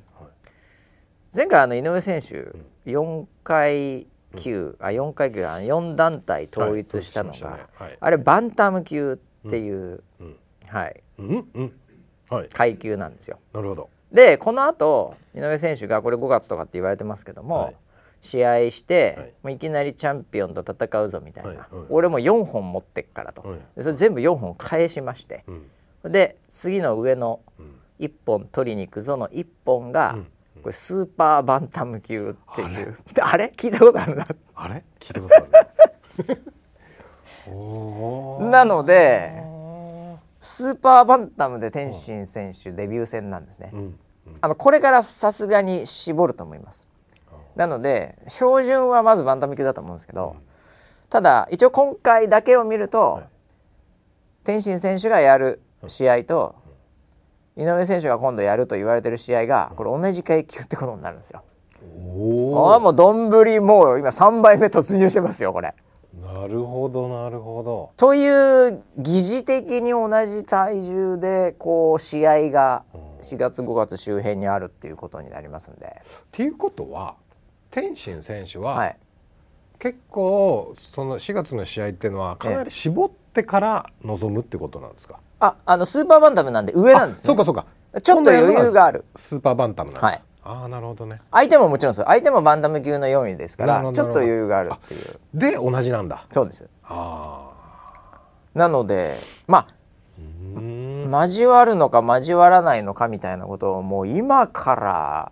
S1: 前回あの井上選手4階級、あ4階級あ4団体統一したのが、
S2: はい統一しましたねはい
S1: あれバンタム級っていう、
S2: うん
S1: はい、
S2: うんうんはい
S1: 階級なんですよ。
S2: なるほど
S1: でこの後井上選手がこれ5月とかって言われてますけども、
S2: はい
S1: 試合して、
S2: はい
S1: い、もういきなりチャンピオンと戦うぞみたいな、
S2: はいはい
S1: 俺も4本持ってっからと、
S2: はい
S1: でそれ全部4本返しまして
S2: う、ん
S1: で次の上の
S2: うん
S1: 1本取りに行くぞの1本が、
S2: うん
S1: これスーパーバンタム級っていう あれ聞いたことあるな
S2: あれ聞いたことある おー
S1: なのでスーパーバンタムで天心選手デビュー戦なんですね、
S2: うん
S1: あのこれからさすがに絞ると思いますなので標準はまずバンタム級だと思うんですけど、ただ一応今回だけを見ると、天心選手がやる試合と、井上選手が今度やると言われてる試合がこれ同じ階級ってことになるんですよ。
S2: お
S1: ああもうどんぶりもう今3倍目突入してますよこれ。
S2: ーなるほどなるほど
S1: という疑似的に同じ体重でこう試合が4月5月周辺にあるっていうことになりますんで、
S2: っていうことは天心選手は、
S1: はい、
S2: 結構その4月の試合っていうのはかなり絞ってから臨むってことなんですか、
S1: ああのスーパーバンタムなんで上なんです
S2: そう
S1: ね。
S2: かそうか
S1: ちょっと余裕がある
S2: スーパーバンタムなんだ、
S1: はい
S2: ああなるほどね
S1: 相手ももちろんそう相手もバンタム級の4位ですか
S2: なる
S1: ら
S2: ほど
S1: ちょっと余裕があるっていう
S2: で同じなんだ
S1: そうです
S2: あ
S1: なのでま
S2: ーうーん
S1: あ交わるのか交わらないのかみたいなことをもう今か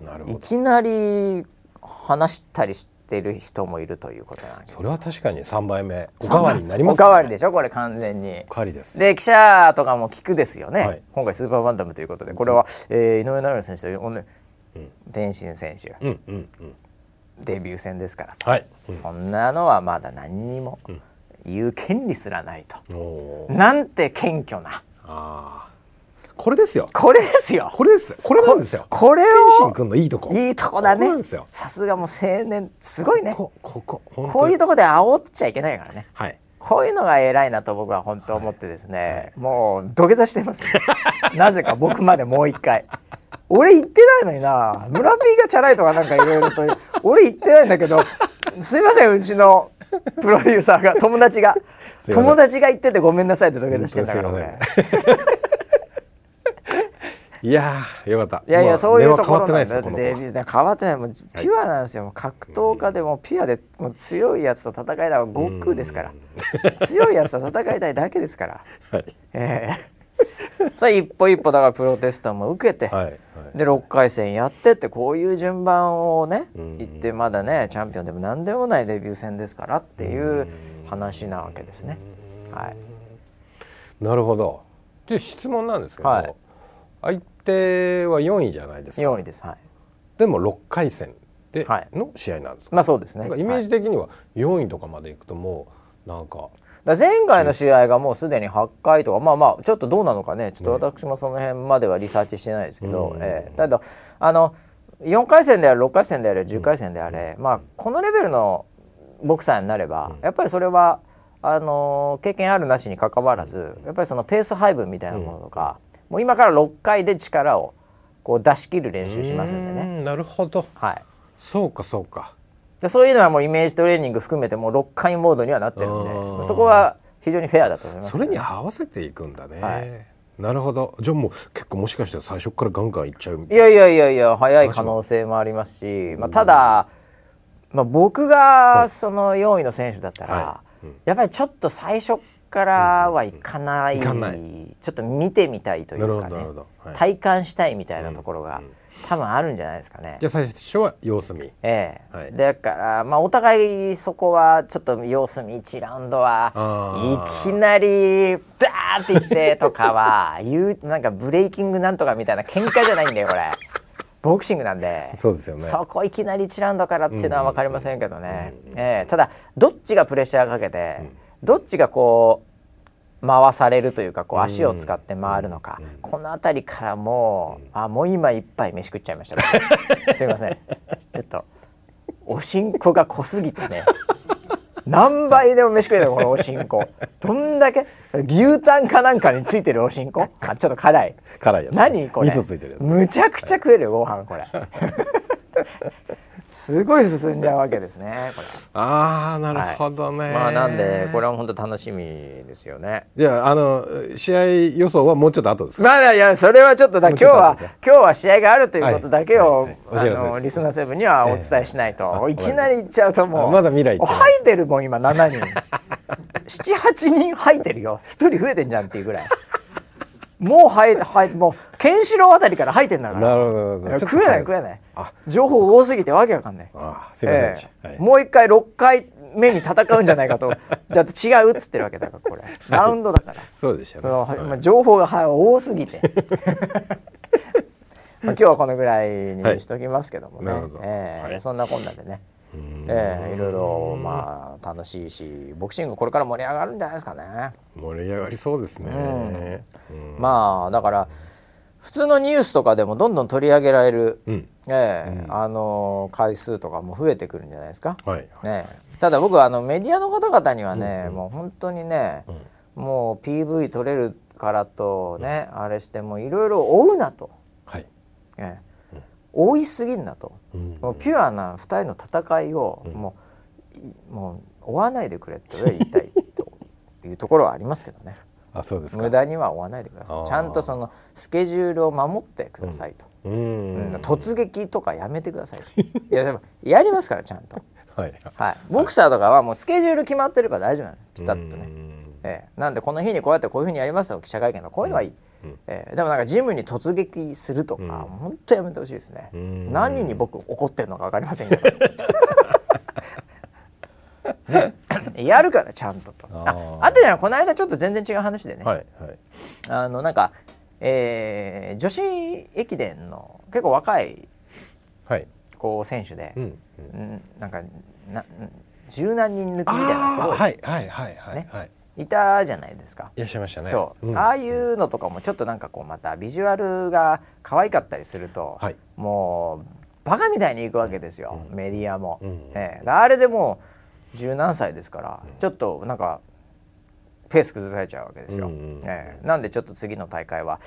S2: なる
S1: らい
S2: ほど
S1: きなり話したりしてる人もいるということなんです
S2: それは確かに3杯目おかわりになります
S1: おかわり
S2: で
S1: でしょこれ完全に
S2: おかわりです
S1: で記者とかも聞くですよね、
S2: はい
S1: 今回スーパーバンタムということでこれは、えー井上尚弥選手とおね天心選手
S2: うんうんうん
S1: デビュー戦ですから
S2: はい、
S1: そんなのはまだ何にも言う権利すらないと。
S2: うん、おー
S1: なんて謙虚な。
S2: あーこれですよ
S1: これですよ。
S2: これですこれなんですよ
S1: これ
S2: 天心
S1: を
S2: 君のいいとこ
S1: いいとこだ
S2: ここなん
S1: ね
S2: ですよ。
S1: さすがもう青年すごいね。こ
S2: こここ本当に
S1: ういうとこで煽っちゃいけないからね。
S2: はい
S1: こういうのが偉いなと僕は本当思ってですね、もう土下座してます、ね、 なぜか僕までもう一回俺言ってないのにな村 P がチャラいとかなんかいろいろと俺言ってないんだけどすいませんうちの プロデューサーが友達が
S2: すいません
S1: 友達が言っててごめんなさいって土下座してんだから
S2: 本当にすい
S1: 俺
S2: まいやーよかった
S1: いやい
S2: も
S1: やそういうとこ
S2: 根は変わっ
S1: ろな
S2: てない
S1: ん
S2: です
S1: だだ
S2: よ
S1: っ
S2: こ
S1: て
S2: の
S1: デイビーズね変わってないもうピュアなんですよ、もう格闘家でもうピュアでもう強いやつと戦いたいのは悟空ですから強いやつと戦いたいだけですから。
S2: 子はい
S1: ええそれ一歩一歩だからプロテストも受けて、
S2: はいはい
S1: で6回戦やってってこういう順番をね言ってまだねチャンピオンでも何でもないデビュー戦ですからっていう話なわけですね。はい、
S2: なるほどじゃあ質問なんですけど、
S1: はい
S2: 相手は4位じゃないですか
S1: 4位です、はい、
S2: でも6回戦で
S1: はい
S2: の試合なんですか,、
S1: まあそうですね
S2: なんかイメージ的には4位とかまでいくともうなんか
S1: だから前回の試合がもうすでに8回とかまあまあちょっとどうなのかねちょっと私もその辺まではリサーチしてないですけど、ええただあの4回戦であれ6回戦であれ10回戦であれ、まあ、このレベルのボクサーになれば、やっぱりそれはあのー経験あるなしにかかわらずやっぱりそのペース配分みたいなものとか、もう今から6回で力をこう出し切る練習しますんで
S2: う
S1: ね。
S2: ーんなるほど
S1: はい
S2: そうかそうか
S1: でそういうのはもうイメージトレーニング含めてもう6回モードにはなってるんで
S2: あー
S1: そこは非常にフェアだと思います
S2: それに合わせていくんだね、
S1: はい
S2: なるほどじゃあもう結構もしかしたら最初からガンガンいっちゃうみた
S1: い
S2: いな
S1: やいやいやいや早い可能性もありますし、まあ、ただ、まあ、僕がその4位の選手だったら、やっぱりちょっと最初からはいかない,、
S2: うんうんうんいかな
S1: ちょっと見てみたいとい
S2: なる
S1: う
S2: ほ
S1: か
S2: どな
S1: ね
S2: るほど、はい
S1: 体感したいみたいなところが、
S2: うんうん
S1: 多分あるんじゃないですかね
S2: じゃ。あ最初は様子見
S1: ええ
S2: はい
S1: だから、まあ、お互いそこはちょっと様子見1ラウンドは
S2: あー
S1: いきなりダーっていってとかは 言うなんかブレイキングなんとかみたいな喧嘩じゃないんだよこれボクシングなんで
S2: そうですよね
S1: そこいきなり1ラウンドからっていうのは分かりませんけどね、ええただどっちがプレッシャーかけて、どっちがこう回されるというかこう足を使って回るのか、この辺りからもう、あもう今一杯飯食っちゃいました、 すいませんちょっとおしんこが濃すぎてね何倍でも飯食えたよこのおしんこどんだけ牛タンかなんかについてるおしんこあちょっと辛い
S2: 辛いやつ
S1: 何これ
S2: 味噌ついてるやつ
S1: むちゃくちゃ食えるご飯 これすごい進んじゃうわけですねこれ
S2: ああなるほどね、
S1: まあなんでこれは本当楽しみですよね
S2: じゃああの試合予想はもうちょっと後ですか
S1: まあいやそれはちょっとだ今日
S2: も
S1: は
S2: うちょっと後です
S1: 今
S2: よ
S1: 日は試合があるということだけを、
S2: はいはいはいお知
S1: あ
S2: らせで
S1: の
S2: す
S1: リスナーセブンにはお伝えしないと、いきなり行っちゃうともう
S2: あまだ未来行ってない
S1: 吐いてるもん今7人78人吐いてるよ1人増えてんじゃんっていうぐらいもう吐い吐いてもうケンシロウあたりから吐いてんだから
S2: なるほどなるほど
S1: いや
S2: ちょっと
S1: 食えない食えない
S2: あ
S1: 情報多すぎてわけわかんない
S2: あーすいませんでした、
S1: ええ
S2: はい
S1: もう一回6回目に戦うんじゃないか とじゃあ違うっつってるわけだからこれラウンドだから
S2: そうでした
S1: そ
S2: ね、
S1: の
S2: はい
S1: まあ情報がは多すぎて まあ今日はこのぐらいにしときますけどもね、
S2: はいなるほど
S1: ええ
S2: はい
S1: そんなこんなでねええいろいろまあ楽しいしボクシングこれから盛り上がるんじゃないですかね。
S2: 盛り上がりそうですね、うん
S1: まあだから普通のニュースとかでもどんどん取り上げられる、
S2: うん
S1: ええあの回数とかも増えてくるんじゃないですか。
S2: はい
S1: ねえ、ただ僕はあのメディアの方々にはね、もう本当にね、もう PV 取れるからとね、あれしてもいろいろ追うなと、
S2: はい
S1: ええ追いすぎんなと、
S2: うん
S1: もうピュアな2人の戦いをもう,い、もう追わないでくれって俺は言いたいというところはありますけどね。
S2: あそう ですか
S1: 無駄には追わないでくださ
S2: あ
S1: い
S2: ー
S1: ちゃんとそのスケジュールを守ってくださいと、
S2: う
S1: うん
S2: ん、
S1: 突撃とかやめてください といやでもやりますからちゃんと、
S2: はい
S1: はい、ボクサーとかはもうスケジュール決まってれば大丈夫なのピタッと
S2: う
S1: ね、
S2: ん
S1: ええなんでこの日にこうやってこういうふうにやりますと記者会見のこういうのはいい、ええでもなんかジムに突撃するとか、もうほんとやめてほしいですね、
S2: ん
S1: 何に僕怒ってるのか分かりません けどやるからちゃんとと
S2: あ
S1: あ
S2: ー
S1: あとねこの間ちょっと全然違う話でね、
S2: はいはい
S1: あのなんか、えー女子駅伝の結構若い
S2: はい
S1: こう選手で、
S2: う
S1: うんんなんかな十何人抜きみたいなす
S2: あ
S1: ごい、
S2: あはいはいはいはい、
S1: ね
S2: はい
S1: い、たじゃないですか。
S2: いらっしゃいましたね
S1: そう
S2: うん
S1: ああいうのとかもちょっとなんかこうまたビジュアルが可愛かったりすると、
S2: はい
S1: もうバカみたいにいくわけですよ、メディアも、
S2: うん
S1: ええあれでもう十何歳ですから、ちょっとなんかペース崩されちゃうわけですよ、
S2: うんうんうん
S1: ええなんでちょっと次の大会は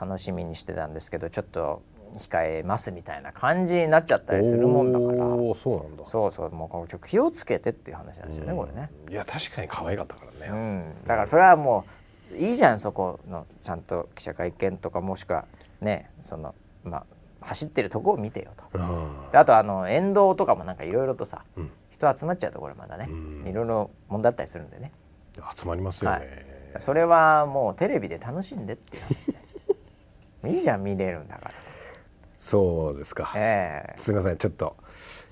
S1: 楽しみにしてたんですけどちょっと控えますみたいな感じになっちゃったりするもんだから
S2: おおそうなんだ
S1: そうそうもうこのちょっと気をつけてっていう話なんですよね、これね。
S2: いや確かに可愛かったから
S1: う
S2: ね、
S1: ん、だからそれはもういいじゃんそこのちゃんと記者会見とかもしくはねそのまあ走ってるとこを見てよと。
S2: うん
S1: であとあの沿道とかもなんかいろいろとさ、
S2: ん
S1: 人集まっちゃうところまだね
S2: うん
S1: いろいろ問題あったりするんでね、
S2: 集まりますよ
S1: はい
S2: ね、
S1: それはもうテレビで楽しんでっていう話 ねいいじゃん見れるんだか
S2: そうですか、
S1: ええ
S2: すすみませんちょっと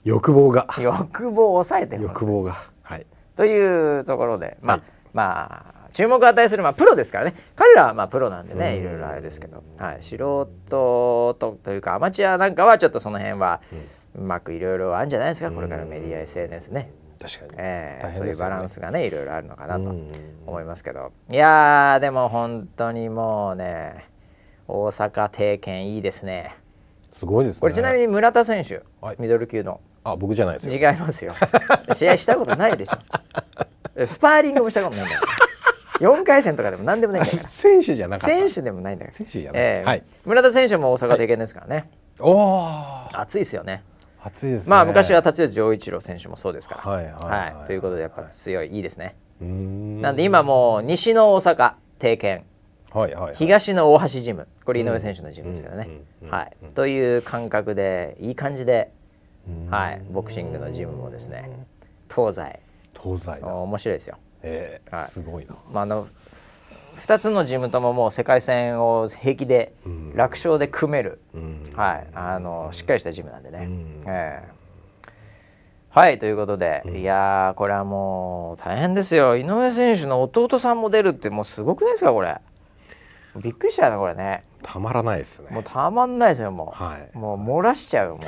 S2: 欲望が
S1: ら欲望を抑えてほしい
S2: 欲望がはい
S1: というところで、まあ、
S2: はい
S1: まあ注目を与えするまあプロですからね。彼らはまあプロなんでね、いろいろあれですけど、はい、素人とというかアマチュアなんかはちょっとその辺はうまくいろいろあるんじゃないですか。これからメディア SNS ね。
S2: 確かに、
S1: えー
S2: 大
S1: そ
S2: 変
S1: うい
S2: で
S1: う
S2: すよ
S1: バ
S2: ね
S1: ランスがねいろいろあるのかなと
S2: うん
S1: 思いますけどいやーでも本当にもうね大阪帝拳いいですね
S2: すごいですね
S1: これちなみに村田選手、
S2: はい
S1: ミドル級の
S2: あ僕じゃないです
S1: 違
S2: よ
S1: いますよ 試合したことないでしょスパーリングもしたことないんだから4回戦とかでも何でもないんだ から
S2: 選手じゃなかった
S1: 選手でもないんだから
S2: 選手じゃない
S1: ええ
S2: はい
S1: 村田選手も大阪帝拳ですからね、
S2: おお
S1: 熱いですよね
S2: 暑いですね
S1: まあ昔は辰吉丈一郎選手もそうですから
S2: はいはいはい
S1: ということでやっぱ強い、い、いですね
S2: うーん
S1: なんで今もう西の大阪帝拳
S2: はいはい、はい、
S1: 東の大橋ジムこれ井上選手のジムですけどね
S2: うんうんう。ん
S1: はい、という感覚でいい感じで、はい、ボクシングのジムもですね東西
S2: 東西だ
S1: 面白いですよ。
S2: えー
S1: はい
S2: すごいな
S1: まあ、あの2つのチームとももう世界戦を平気で
S2: ん
S1: 楽勝で組める、
S2: うん
S1: はい、あのしっかりしたチームなんでね。
S2: ん
S1: ええはいということで、いやーこれはもう大変ですよ井上選手の弟さんも出るってもうすごくないですかこれびっくりしちゃうなこれね
S2: たまらないです
S1: もう
S2: ね
S1: たまんないですよもう、
S2: はい
S1: もう漏らしちゃうよも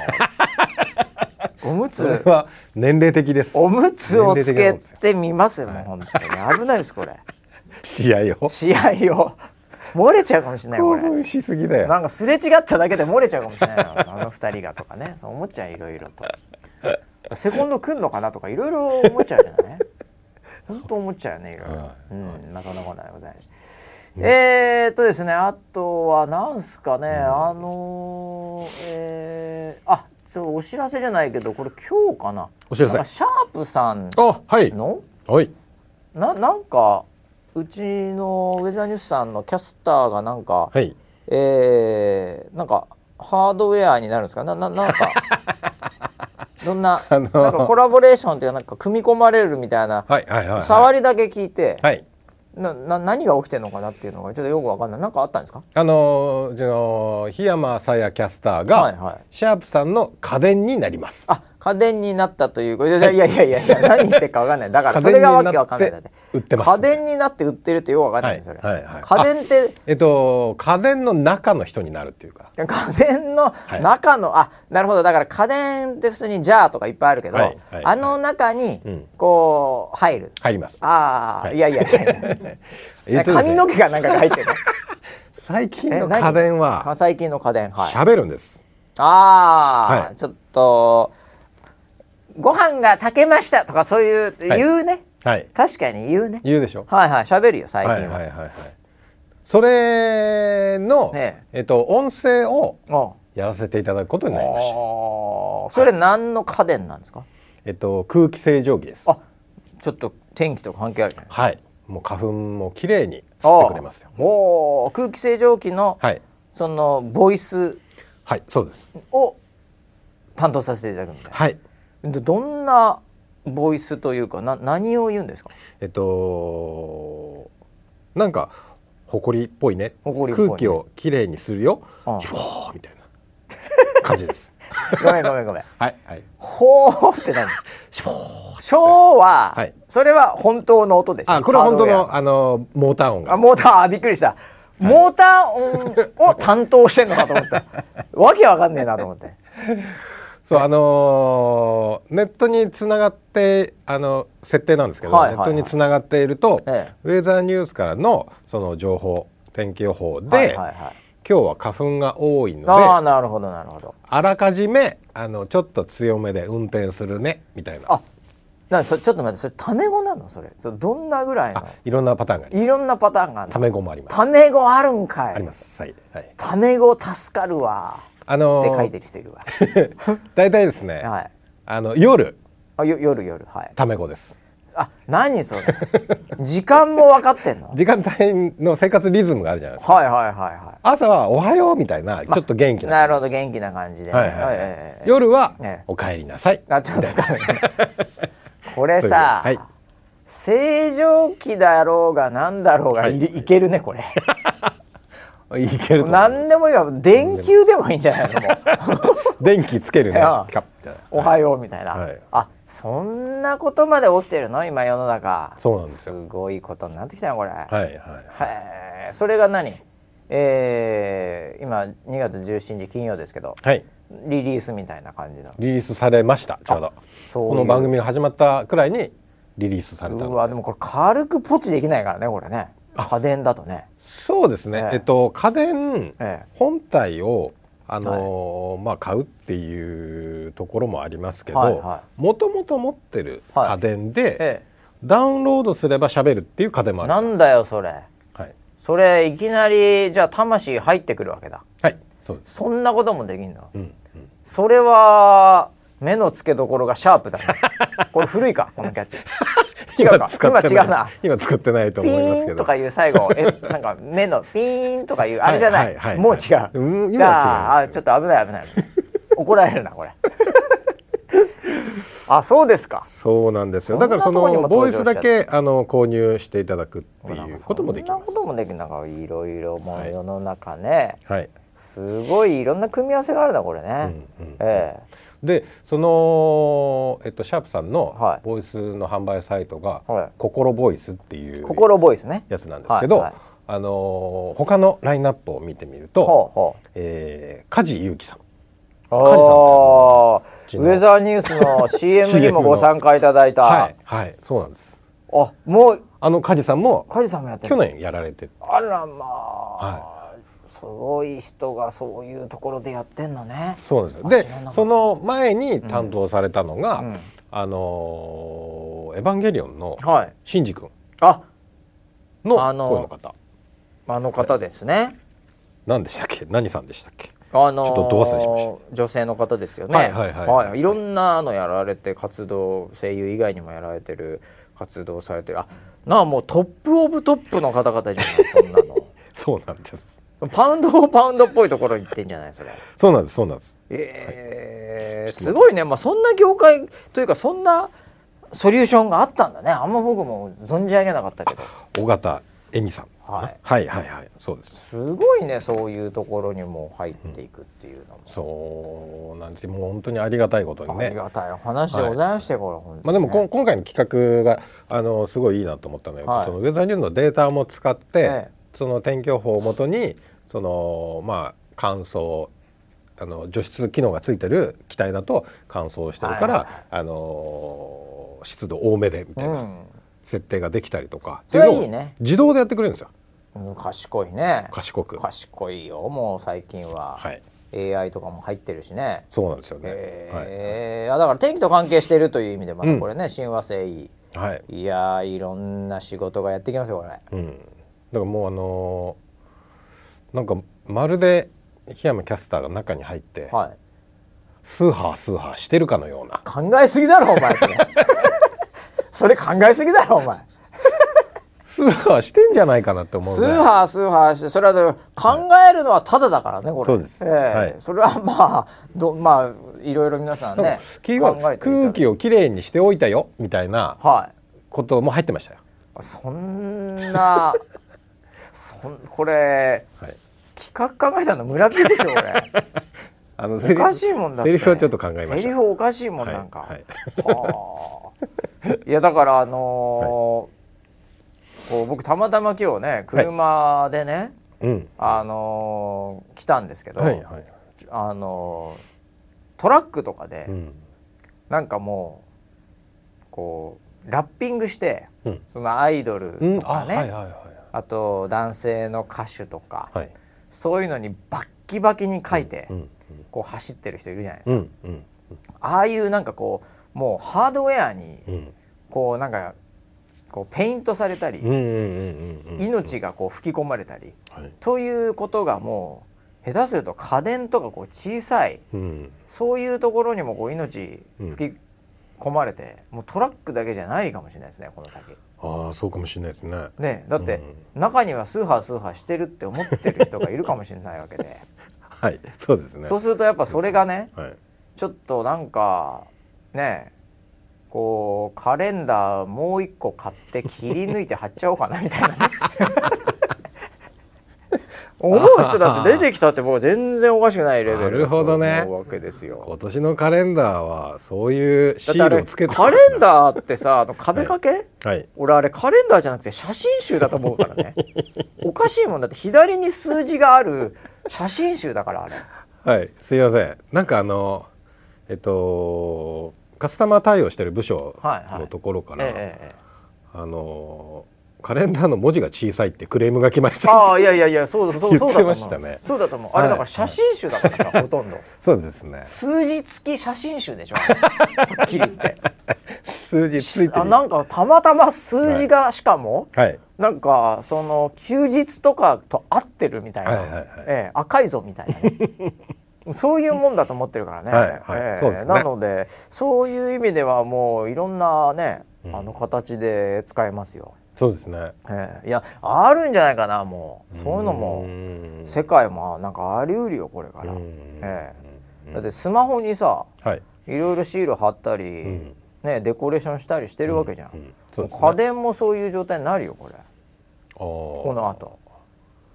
S1: うおむ
S2: それ
S1: つ
S2: は年齢的です
S1: おむつをつ
S2: 年
S1: け
S2: 齢的なもんですよ
S1: てみますよもう本当に危ないですこれ。
S2: 試合を
S1: 試合を漏れちゃうかもしれないこ
S2: 興
S1: れ
S2: 奮しすぎだよ
S1: なんかすれ違っただけで漏れちゃうかもしれないなあの二人がとかねそう思っちゃういろいろとセコンド来んのかなとかいろいろ思っちゃうけどね本当思っちゃうよねいろいろ、
S2: は
S1: うん、なかなかないございます、えーっとですねあとはなんすかね、あのー、えー、あちょっとお知らせじゃないけどこれ今日かな
S2: お知らせ
S1: なんかシャープさん
S2: あはい
S1: の
S2: はい
S1: ななんかうちのウェザーニュースさんのキャスターがなんか、
S2: はい
S1: えーなんかハードウェアになるんですかなななん かどんな,、
S2: あのー
S1: なんかコラボレーションっていうかなんか組み込まれるみたいな、
S2: はいはいはい
S1: 触りだけ聞いて、
S2: はい
S1: なな何が起きてるのかなっていうのがちょっとよくわかんないなんかあったんですか
S2: あのーうちの檜山さやキャスターが、
S1: はいはい
S2: シャープさんの家電になります
S1: あ家電になったということいやいやいやいやいや何言ってるかわかんないだから
S2: 家
S1: そ
S2: 電
S1: れ
S2: に
S1: がわ
S2: なって
S1: けわかんないだって
S2: 売ってます
S1: 家電になって売ってるってよくわかんないですそれ、
S2: はいはいはい
S1: 家電って
S2: えっと家電の中の人になるっていうか
S1: 家電の
S2: い
S1: 中の、あなるほどだから家電って普通にジャーとかいっぱいあるけど、
S2: はいはい
S1: あの中に
S2: うん
S1: こう入る、
S2: 入ります
S1: ああ、
S2: はい
S1: い、やいやい やいや
S2: えっとですね
S1: 髪の毛がなんか入って る
S2: 最近
S1: え
S2: の
S1: 何
S2: 家電は
S1: か最近の家電はい
S2: 喋るんです、
S1: ああ、
S2: はい
S1: ちょっとご飯が炊けましたとかそういう
S2: はい
S1: 言うね、
S2: はい
S1: 確かに言うね
S2: 言うでしょ
S1: はいはい喋るよ最近は、
S2: はいはいはいはいそれの、
S1: ね
S2: えっと音声を
S1: お
S2: やらせていただくことになりました
S1: おそれ何の家電なんですか、
S2: えっと空気清浄機です
S1: あちょっと天気と関係あるね
S2: はいもう花粉も綺麗に吸ってくれますよ
S1: おーおー空気清浄機の、
S2: はい
S1: そのボイス
S2: はいそうです
S1: を担当させていただくみたい
S2: はい
S1: なでどんなボイスというかな何を言うんですか
S2: えっとなんか埃っぽいね
S1: 埃っぽいね
S2: 空気をきれいにするよ
S1: うん
S2: ひょーみたいな感じです
S1: ごめんごめんごめん
S2: はいはい
S1: ほーって何
S2: ひょー
S1: 昭は、
S2: はい
S1: それは本当の音でしょ
S2: あこれは本当
S1: ハードウェ
S2: のあのモーター音
S1: アあ
S2: が
S1: モーターあびっくりした、モーター音を担当してんのかと思った わけわかんねえなと思って
S2: そうあのーネットにつながってあの設定なんですけど、
S1: はいはいはい
S2: ネットにつながっていると、
S1: え
S2: ウェザーニュースからのその情報天気予報で、
S1: はいはいはい
S2: 今日は花粉が多いので
S1: ああ
S2: あ
S1: なるほどなるほど
S2: らかじめあのちょっと強めで運転するねみたいな
S1: あなんそれちょっと待ってそれタメ語なのそれそれどんなぐらいの
S2: いろんなパターンがありま
S1: いろんなパターンがある
S2: すタメ語もあります
S1: タメ語あるんか
S2: あり
S1: い
S2: ますはい、はい、
S1: タメ語助かるわ
S2: あ
S1: って書
S2: の
S1: いてる人いるわ
S2: だいたいですね、
S1: はい
S2: あの夜
S1: あよ夜夜はい
S2: タメ語です
S1: あ何それ時間も分かってん の
S2: 時間帯の生活リズムがあるじゃないですか
S1: はいはいはいは
S2: 朝はおはようみたいなちょっと元気
S1: い
S2: な
S1: なるほど元気な感じで
S2: はいはい
S1: え
S2: は
S1: え
S2: い、夜は
S1: ええ
S2: 「おかえりなさい」
S1: あちょっとダメこれさ、
S2: そういうこ
S1: 正常期だろうがなんだろうがい,、いけるねこれ
S2: いけると思う
S1: 何でもいいわ電球でもいいんじゃないのもう
S2: 電気つけるね
S1: いや
S2: ピカッみたいな
S1: おはようみたいな、
S2: はい
S1: あそんなことまで起きてるの今世の中
S2: そうなんですよ
S1: すごいことになってきたなこれ、
S2: はいは
S1: へーそれが何えー、今2月17日金曜ですけど
S2: いはい
S1: リリースみたいな感じの
S2: リリースされましたちょうど
S1: そういう
S2: この番組が始まったくらいにリリースされた
S1: うわでもこれ軽くポチできないからねこれね家電だとね
S2: そうですね
S1: ええ
S2: えっと家電
S1: ええ
S2: 本体をあのーまあ買うっていうところもありますけ
S1: はい
S2: ど
S1: は
S2: もともと持ってる家電で
S1: え
S2: ダウンロードすれば喋るっていう家電も
S1: え
S2: ある
S1: なん
S2: で
S1: んだよそれ
S2: すよはい
S1: それいきなりじゃあ魂入ってくるわけだ
S2: はいそうです
S1: そんなこともできんの
S2: うん
S1: それは目の付けどころがシャープだ ねこれ古いかこのキャッチ違うか今
S2: 使ってない
S1: 違うな
S2: 今使ってないと
S1: ピ
S2: 思います
S1: ーン
S2: け
S1: と
S2: ど
S1: かいう最後えなんか目のピーンとかいうあれじゃない,、
S2: はいはいはい
S1: もう違う、
S2: うん今は違います
S1: じゃああちょっと危ない危ない怒られるなこれあそうですか
S2: そうなんですよだから
S1: そ
S2: そ
S1: んなとこにも
S2: のボイスだ
S1: 登
S2: けあの購入していただくっていうこともできま
S1: そんなこ
S2: す
S1: ともできるなんかいろいろも
S2: は
S1: う
S2: い
S1: 世の中ね、
S2: はい、
S1: すごいいろんな組み合わせがあるなこれね、
S2: うんうん
S1: え
S2: でその、えっと、シャープさ
S1: は
S2: んの
S1: い
S2: ボイスの販売サイトが
S1: はい
S2: 「心ボイス」ってい
S1: え
S2: う
S1: 心ボイスね
S2: やつなんですけど、
S1: はいはい
S2: あのー他のラインナップを見てみる
S1: ほ
S2: と、
S1: うほう
S2: えー、梶裕貴さん
S1: あ
S2: カジさんってあの
S1: ーウェザーニュースの CM にもご参加いただいた、
S2: はい、はい、そうなんです
S1: あもう
S2: あの梶さんも
S1: 梶さんもやってる
S2: 去年やられて
S1: あらまあ、すごい人がそういうところでやってんのね
S2: そうなん
S1: あ
S2: です
S1: 知らなかっ
S2: よで
S1: た
S2: その前に担当されたのが「
S1: うん
S2: あのーエヴァンゲリオン」の
S1: はい
S2: シンジ君
S1: あ
S2: の
S1: あ
S2: 声
S1: のー
S2: の方、
S1: あの方ですね、
S2: 何でしたっけ何さんでしたっけ
S1: あのー
S2: ちょっとど忘れしまし
S1: 女性の方ですよね
S2: はいはいはい
S1: いろんなのやられて活動声優以外にもやられてる活動されてるあなあもうトップオブトップの方々じゃないそんなの
S2: そうなんです
S1: パウンドオブパウンドっぽいところ行ってんじゃないそれ
S2: そうなんですそうなんです
S1: えーすごいね、まあ、そんな業界というかそんなソリューションがあったんだねあんま僕も存じ上げなかったけど
S2: 尾形恵美さん、
S1: はい
S2: はいはいはいそうです
S1: すごいねそういうところにも入っていくっていうのも、
S2: そうなんですよもう本当にありがたいことに
S1: あり
S2: ね
S1: がたいお話でございましたよ、これ本
S2: ま
S1: 当に
S2: あで
S1: ね、
S2: もこん今回の企画があのすごいいいなと思ったのよ、
S1: はい
S2: そのウェザーニュースのデータも使って、
S1: ええ
S2: その天気予報をもとにそのまあ乾燥あの除湿機能がついてる機体だと乾燥してるから、
S1: はいは
S2: あのー湿度多めでみたいな設定ができたりとか、
S1: それはいい
S2: ってうのを
S1: ね
S2: 自動でやってくれるんですよ
S1: うんうん賢いね
S2: 賢く。
S1: 賢いよもう最近は、
S2: はい
S1: AI とかも入ってるしね
S2: そうなんですよね。
S1: えーあだから天気と関係しているという意味でまたこれね、親和性いい
S2: はい、はい
S1: いやーいろんな仕事がやってきますよこれ。
S2: うん、だからもうあのーなんかまるで檜山キャスターが中に入って、
S1: はい、
S2: スーハースーハーしてるかのような
S1: 考えすぎだろお前 それそれ考えすぎだろお前
S2: スーハーしてんじゃないかなって思う
S1: ス
S2: ぐらい
S1: ーハースーハーしてそれは考えるのはただだからねこれ
S2: そうです
S1: ええ
S2: はい
S1: それはまあど まあいろいろ皆さんね
S2: キーワード
S1: 考えていただ
S2: 空気をきれいにしておいたよみたいな
S1: はい
S2: ことも入ってましたよ。
S1: そん なそんこれ
S2: はい、
S1: 企画考えたの村木でしょこれ
S2: あの
S1: おかしいもんだって
S2: セリフはちょっと考えました。
S1: セリフおかしいもんなんか、
S2: はい
S1: はあいやだからあのーこう僕たまたま今日ね車でね、
S2: うん。
S1: あのー来たんですけど、
S2: はいはい。
S1: あのートラックとかで、
S2: うん。
S1: なんかもうこうラッピングして、
S2: うん
S1: そのアイドル
S2: うん
S1: と。か
S2: あ、
S1: ね、
S2: はいはいは
S1: あと男性の歌手とか、
S2: い。はい。
S1: そういうのにバッキバキに書いて、
S2: うん
S1: こう走ってる人いるじゃないです
S2: う
S1: か、
S2: んうん
S1: ああいうなんかこうもうハードウェアに
S2: うん
S1: こうなんかこうペイントされたり、
S2: うんうんうんうんうん。
S1: 命がこう吹き込まれたり
S2: はい。
S1: ということがもう下手すると家電とかこう小さい
S2: うん。
S1: そういうところにもこう命
S2: うん
S1: 吹き込まれて、もうトラックだけじゃないかもしれないですねこの先。
S2: ああ、そうかもしれないですね。
S1: ね、だって中にはスーハースーハーしてるって思ってる人がいるかもしれないわ けで、
S2: はい。そうですね。
S1: そうするとやっぱそれがね
S2: はい。
S1: ちょっとなんかねこうカレンダーもう一個買って切り抜いて貼っちゃおうかなみたいな ね思う人だって出てきたって僕は全然おかしくないレベルだと思う
S2: なるほどね
S1: わけですよ。
S2: 今年のカレンダーはそういうシールをつけて
S1: カレンダーってさあの壁掛け、
S2: はい。
S1: 俺あれカレンダーじゃなくて写真集だと思うから ねおかしいもんだって左に数字がある写真集だからあれ
S2: はい、すいません。なんかあのえっとカスタマー対応してる部署
S1: はいはい
S2: のところから、
S1: えええ
S2: あのカレンダーの文字が小さいってクレームが来まし
S1: え、
S2: た。
S1: ああいやいやいやそうそう
S2: 言
S1: そう
S2: っ
S1: だ
S2: て
S1: と
S2: ま
S1: 思
S2: し
S1: う、
S2: たね
S1: そうだと思うあれだから写真集だからさ、ほとんど
S2: そうですね。
S1: 数字付き写真集 でしょはっきり言って
S2: 数字ついて
S1: あ
S2: る。
S1: な
S2: は
S1: んかたまたま数字がしかも、
S2: い。
S1: なんかその休日とかと合ってるみたいな、
S2: はいはいはい
S1: ええ赤いぞみたいなね、 そういうもんだと思ってるからね。
S2: はいはい
S1: ええ
S2: そうですね
S1: なのでそういう意味ではもういろんなね、あの形で使えますよ。
S2: そうですね。
S1: ええいやあるんじゃないかなもうそういうの
S2: う
S1: も
S2: ん
S1: 世界もなんかありうるよこれから。
S2: ん
S1: ええだってスマホにさ
S2: はい。
S1: いろいろシール貼ったり、
S2: ん
S1: ねデコレーションしたりしてるわけじゃん、
S2: うんうんそうですね
S1: 家電もそういう状態になるよこれこ
S2: こ
S1: の後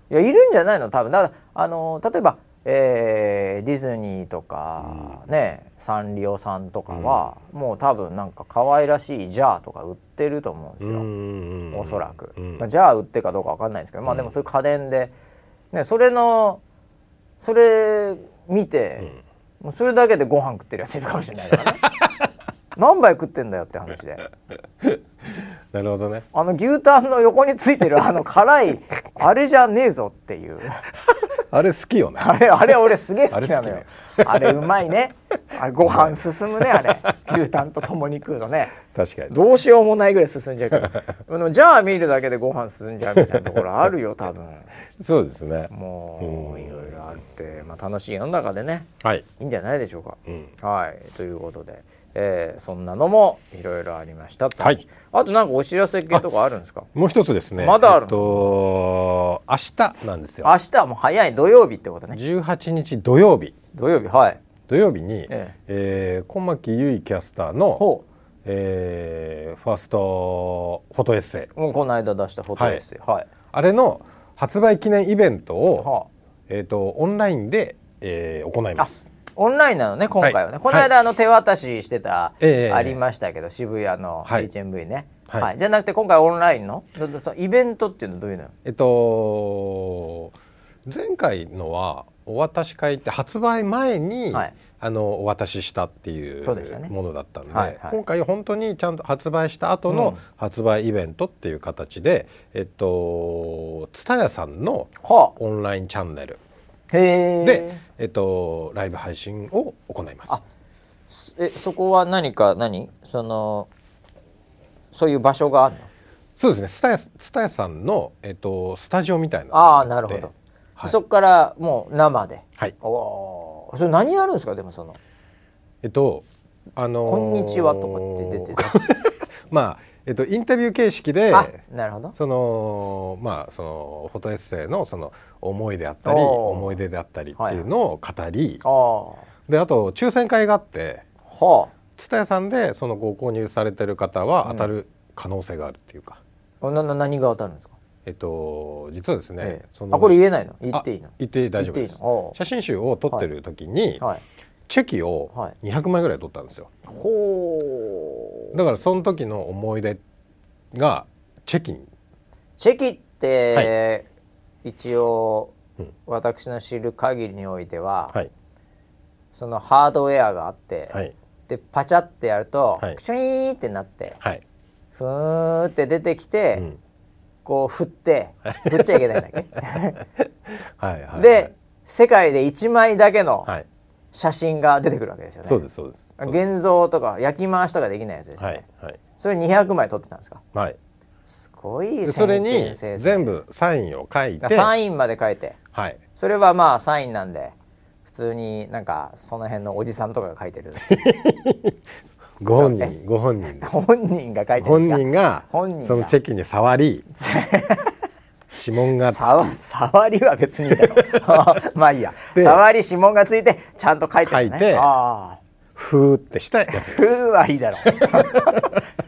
S1: いやいるんじゃないの多分だからあの例えば、えーディズニーとか、ねサンリオさんとかは、もう多分なんか可愛らしいジャーとか売ってると思うんですよ、おそらく、
S2: うん
S1: まあ、じゃあ売ってかどうかわかんないですけど、まあでもそういう家電で、ね、それのそれ見て、もうそれだけでご飯食ってるやついるかもしれないからね 何杯食ってんだよって話で
S2: なるほどね
S1: あの牛タンの横についてるあの辛いあれじゃねえぞっていう
S2: あれ好きよね
S1: あれあれ俺すげえ好きなのよあれ,、うまいねあれご飯進むねあれ牛タンと共に食うのね
S2: 確かに
S1: どうしようもないぐらい進んじゃうからあのじゃあ見るだけでご飯進んじゃうみたいなところあるよ多分
S2: そうですね
S1: もういろいろあって、まあ、楽しい世の中でね
S2: はい
S1: いいんじゃないでしょうか。
S2: ん
S1: はいということで、えーそんなのもいろいろありましたと
S2: はい
S1: あとなんかお知らせ系とかあるんですか
S2: もう一つですね
S1: まだあるの
S2: えっと明日なんですよ
S1: 明日はもう早い土曜日ってことね
S2: 18日土曜日
S1: 土曜日はい
S2: 土曜日に、
S1: え
S2: えー小牧優衣キャスターの
S1: ほ、
S2: えーファーストフォトエッセイ
S1: もうこの間出したフォトですよはい、
S2: あれの発売記念イベントを、
S1: はあ
S2: えー、とオンラインで、えー行います。
S1: オンラインなのね今回はね、
S2: はい
S1: この間、あの手渡ししてた、
S2: ええ
S1: ありましたけど渋谷の
S2: はい
S1: HMV ね、は
S2: はいい
S1: じゃなくて今回オンラインのどどどイベントっていうのはどういうのよ
S2: えっと前回のはお渡し会って発売前に、
S1: はい
S2: あのお渡ししたっていう
S1: そうでしたね
S2: ものだったんで
S1: はいはい
S2: 今回本当にちゃんと発売した後
S1: うん
S2: の発売イベントっていう形で、えっと蔦屋さんの
S1: は
S2: オンラインチャンネル
S1: あへえ
S2: で、えっと、ライブ配信を行います。
S1: えそこは何か何そのそういう場所があるの
S2: そうですね蔦屋蔦屋さんの、えっと、スタジオみたいなのが
S1: ああ
S2: あって
S1: なるほど、
S2: はい
S1: そこからもう生で
S2: はい
S1: おおーそれ何やるんですかでもその
S2: えっと
S1: 「
S2: あのー
S1: こんにちは」とかって出てる
S2: まあ、えっと、インタビュー形式で
S1: あなるほど
S2: そのまあそのフォトエッセイのその思いであった
S1: お
S2: り
S1: ー
S2: 思い出であったりっていうのを語り、
S1: ああは
S2: であと抽選会があって
S1: あ
S2: 蔦屋さんでそのご購入されてる方は当たる可能性があるっていうか、
S1: おなな何が当たるんですか、
S2: えっと実はですね、
S1: ええ
S2: その
S1: あこれ言えないの言っていいの
S2: あ言って大丈夫で
S1: 言っ
S2: す
S1: ていいのおう
S2: 写真集を撮ってる時に、
S1: はい
S2: チェキを
S1: はい
S2: 200枚ぐらい撮ったんですよ、
S1: ほう
S2: だからその時の思い出がチェキに
S1: チェキって、一応私の知る限りにおいては、
S2: はい
S1: そのハードウェアがあって、
S2: はい
S1: でパチャってやると、
S2: はい
S1: クシュイーンってなって
S2: はい、
S1: ふーって出てきて、
S2: うん
S1: こう振って振っちゃいけないんだっけ、
S2: はいはい
S1: で、世界で1枚だけの
S2: はい、
S1: 写真が出てくるわけですよね
S2: そうですそうですそうです
S1: 現像とか焼き回しとかできないやつですよ
S2: は
S1: ね、
S2: いはい
S1: それ200枚撮ってたんですか
S2: はい
S1: すごい
S2: でそれに
S1: 制作
S2: 全部サインを書いて
S1: サインまで書いて
S2: はい
S1: それはまあサインなんで普通になんかその辺のおじさんとかが書いて る
S2: ご本人ご本人です
S1: 本人 が書いてる
S2: 本
S1: んですか
S2: 人が
S1: 本人が
S2: そのチェキに触 り指紋がつき
S1: 触触りは別にいいだろ まあいいや
S2: で
S1: 触り指紋がついてちゃんと書いてるのね
S2: 書いて
S1: ああ
S2: ふーってしたやつ
S1: ふーはいいだろ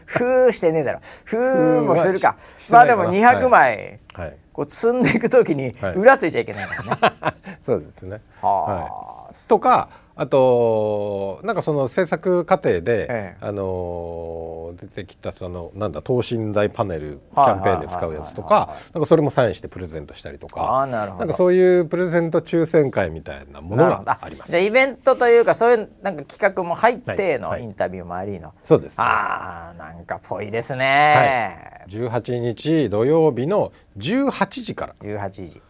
S1: ふーしてねえだろふーもするか
S2: ふーはしして
S1: まあ
S2: ない
S1: で
S2: かな
S1: も200枚、
S2: はい
S1: こう積んでいくときに
S2: はい
S1: 裏ついちゃいけないからね、
S2: そうですね
S1: はあ
S2: はい、とかあとなんかその制作過程で、
S1: ええ
S2: あのー出てきたそのなんだ等身大パネルキャンペーンで使うやつと
S1: はいはいはい
S2: かなんかそれもサインしてプレゼントしたりとか
S1: あーなるほど
S2: んかそういうプレゼント抽選会みたいなもの
S1: なるほど
S2: があります
S1: じゃあイベントというかそういうなんか企画も入っての
S2: はい
S1: インタビューもありの、
S2: そうです
S1: あーなんかぽいですね、
S2: 18日土曜日の18時から
S1: 18時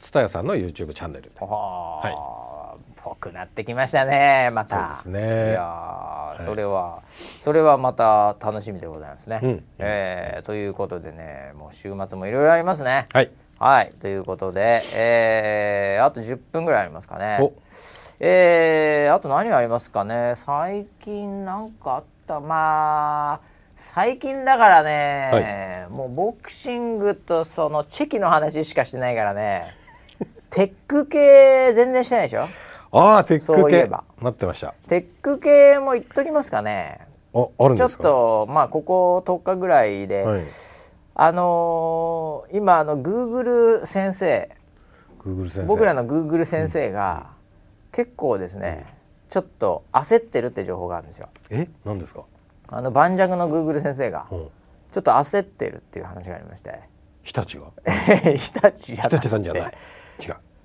S2: 蔦屋さんの YouTube チャンネルで
S1: ほー、ぽくなってきましたねまた
S2: そうですね
S1: いやー、それはそれはまた楽しみでございますね、
S2: うん
S1: えーということでねもう週末もいろいろありますね
S2: はい
S1: はいということで、えーあと10分ぐらいありますかね
S2: お
S1: えーあと何がありますかね最近なんかあったまあ最近だからね、もうボクシングとそのチェキの話しかしてないからね テック系全然してないでしょ
S2: ああテッ
S1: そ
S2: ク
S1: ういえ
S2: 系
S1: ば
S2: 待ってました
S1: テック系も言っときますかね
S2: ああるん
S1: ちょ
S2: で
S1: っ
S2: すか
S1: とまあここ10日ぐらいで、
S2: はい、
S1: あのー今あの Google 先生
S2: Google 先生
S1: 僕らの Google 先生が結構ですね、ちょっと焦ってるって情報があるんですよ。
S2: え何ですか、
S1: あの盤石の Google 先生が
S2: うん、
S1: ちょっと焦ってるっていう話がありまして
S2: 日立が
S1: 日立じゃな
S2: 日
S1: くて
S2: 立さんじゃない違う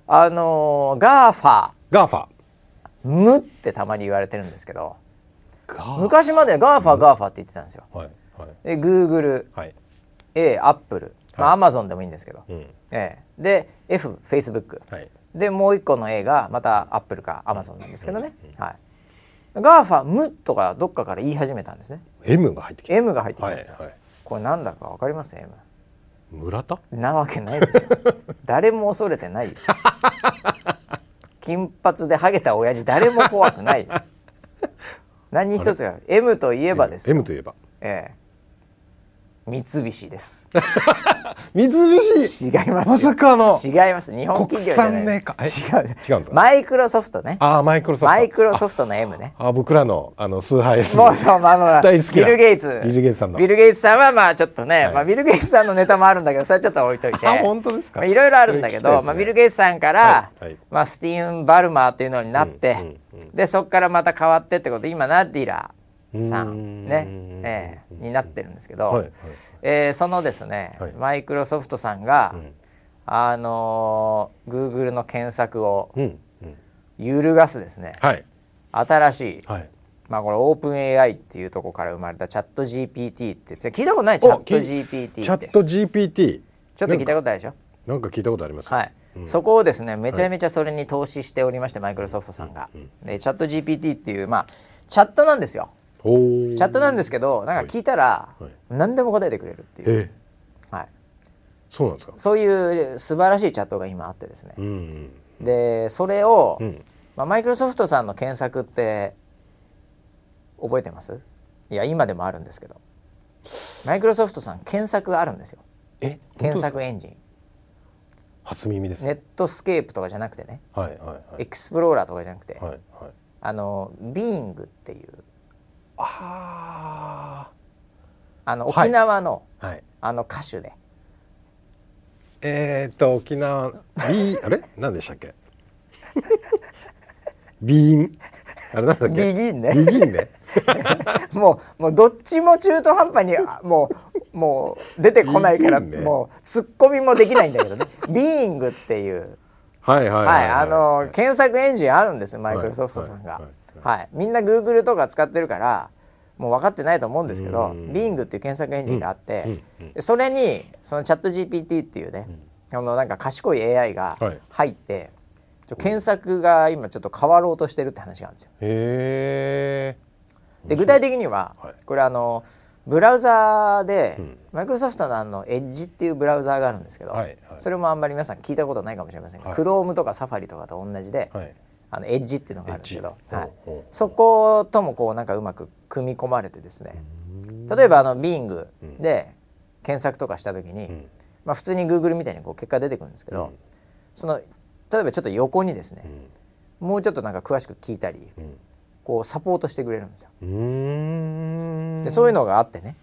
S1: あのー、ガーファ
S2: ガーファ
S1: ムってたまに言われてるんですけど
S2: ガーフ
S1: 昔までガーファガーファって言ってたんですよ。
S2: ァはいはい
S1: で Google、
S2: はい、
S1: A、Apple、まあ Amazon でもいいんですけど、
S2: うん
S1: ええで F、Facebook
S2: はい、
S1: でもう一個の A がまた Apple か Amazon なんですけどね、はい、ガーファムとかどっかから言い始めたんですね
S2: M が入ってきた
S1: M が入ってきた
S2: は
S1: ん
S2: い
S1: ですよ、
S2: はい
S1: これなんだかわかります M
S2: 村田
S1: なわけないでし ょ誰も恐れてないよ金髪でハゲた親父誰も怖くないよ何一つが M といえばですよ、
S2: M といえば
S1: ええ、三菱です
S2: 三菱
S1: 違いますよ
S2: まさかの
S1: 違います日本
S2: 国
S1: 企業じゃ
S2: 産
S1: な
S2: メ
S1: い
S2: ーカー
S1: 違う
S2: 違うんですか
S1: マイクロソフトね
S2: ああマイクロソフト
S1: マイクロソフトの M ね
S2: ああ僕らのあの崇拝です
S1: もう そうまあまあまあ
S2: 大好き
S1: ビ
S2: な
S1: ル・ゲイツ
S2: ビルゲイツさんの
S1: ビルゲイツさんはまあちょっとね、
S2: はい
S1: まあ、ビル・ゲイツさんのネタもあるんだけどそれはちょっと置いといて
S2: あ本当ですか
S1: まあいろいろあるんだけど、
S2: そ
S1: ま
S2: れ聞きた
S1: あ、
S2: いですね
S1: ビル・ゲイツさんから、
S2: はいはい
S1: まあ、スティーン・バルマーっていうのになって、
S2: うん
S1: でそこからまた変わってってことで今ナディラさ
S2: うんん
S1: ねええになってるんですけど、
S2: はいはい
S1: えーそのですね、
S2: はい
S1: マイクロソフトさんが、あのー、Google の検索を
S2: うんうん
S1: 揺るがすですね、
S2: はい
S1: 新しい
S2: はい
S1: まあこれオープン AI っていうところから生まれたチャット GPT ってって聞いたことないチャット
S2: お聞い
S1: GPT って
S2: チ
S1: ちょ
S2: ャ
S1: っ
S2: ット GPT
S1: と聞いたことないでしょ
S2: なんか聞いたことあります
S1: はい、そこをですねめちゃめちゃそれに投資しておりましてマイクロソフトさんが、でチャット GPT っていうまあチャットなんですよ
S2: おー
S1: チャットなんですけどなんか聞いたら
S2: はい
S1: 何でも答えてくれるっていう、
S2: え
S1: はい、
S2: そうなんですか
S1: そういう素晴らしいチャットが今あってですね
S2: うんうん
S1: でそれを
S2: うん
S1: まあマイクロソフトさんの検索って覚えてますいや今でもあるんですけどマイクロソフトさん検索があるんですよ
S2: え
S1: 検
S2: 本
S1: 索
S2: 当ですか
S1: エンジン
S2: 初耳です
S1: ネットスケープとかじゃなくてね
S2: はいはいはい
S1: エクスプローラーとかじゃなくて、
S2: はいはい
S1: あのビーングっていう
S2: あ
S1: あの
S2: はい
S1: 沖縄の、
S2: あはい
S1: あの歌手で
S2: えー、っと沖縄ビーあれ何でしたっけビーンあれなんだっけ
S1: ビギンね
S2: ビギンね
S1: もうもうどっちも中途半端にあもうもう出てこないから
S2: ビーングね
S1: もうツッコミもできないんだけどねビーングっていう
S2: はいはい
S1: は、
S2: はいい、
S1: あの検索エンジンあるんですよマイクロソフトさんが。は
S2: はいい
S1: みんな Google とか使ってるからもう分かってないと思うんですけど
S2: うん
S1: Bing っていう検索エンジンがあって、
S2: うんうん
S1: それにそのチャット GPT っていうね、あのなんか賢い AI が
S2: はい
S1: 入って、ちょ検索が今ちょっと変わろうとしてるって話があるんですよ。
S2: へえ
S1: で具体的には、
S2: はい
S1: これあのブラウザーで、
S2: ん
S1: マイクロソフトのあの Edge っていうブラウザーがあるんですけど、
S2: はいはい
S1: それもあんまり皆さん聞いたことないかもしれませんが、
S2: はい
S1: Chrome とか Safari とかと同じで、
S2: はい
S1: あのエッジっていうのがあるんですけど、
S2: エッジ
S1: はい
S2: ほうほう、
S1: そこともこうなんかうまく組み込まれてですね例えばあの Bing で検索とかした時に、
S2: ん
S1: まあ、普通に Google みたいにこう結果出てくるんですけど、
S2: うん
S1: その例えばちょっと横にですね、もうちょっとなんか詳しく聞いたり、
S2: ん
S1: こうサポートしてくれるんですよ。
S2: うーん
S1: でそういうのがあってね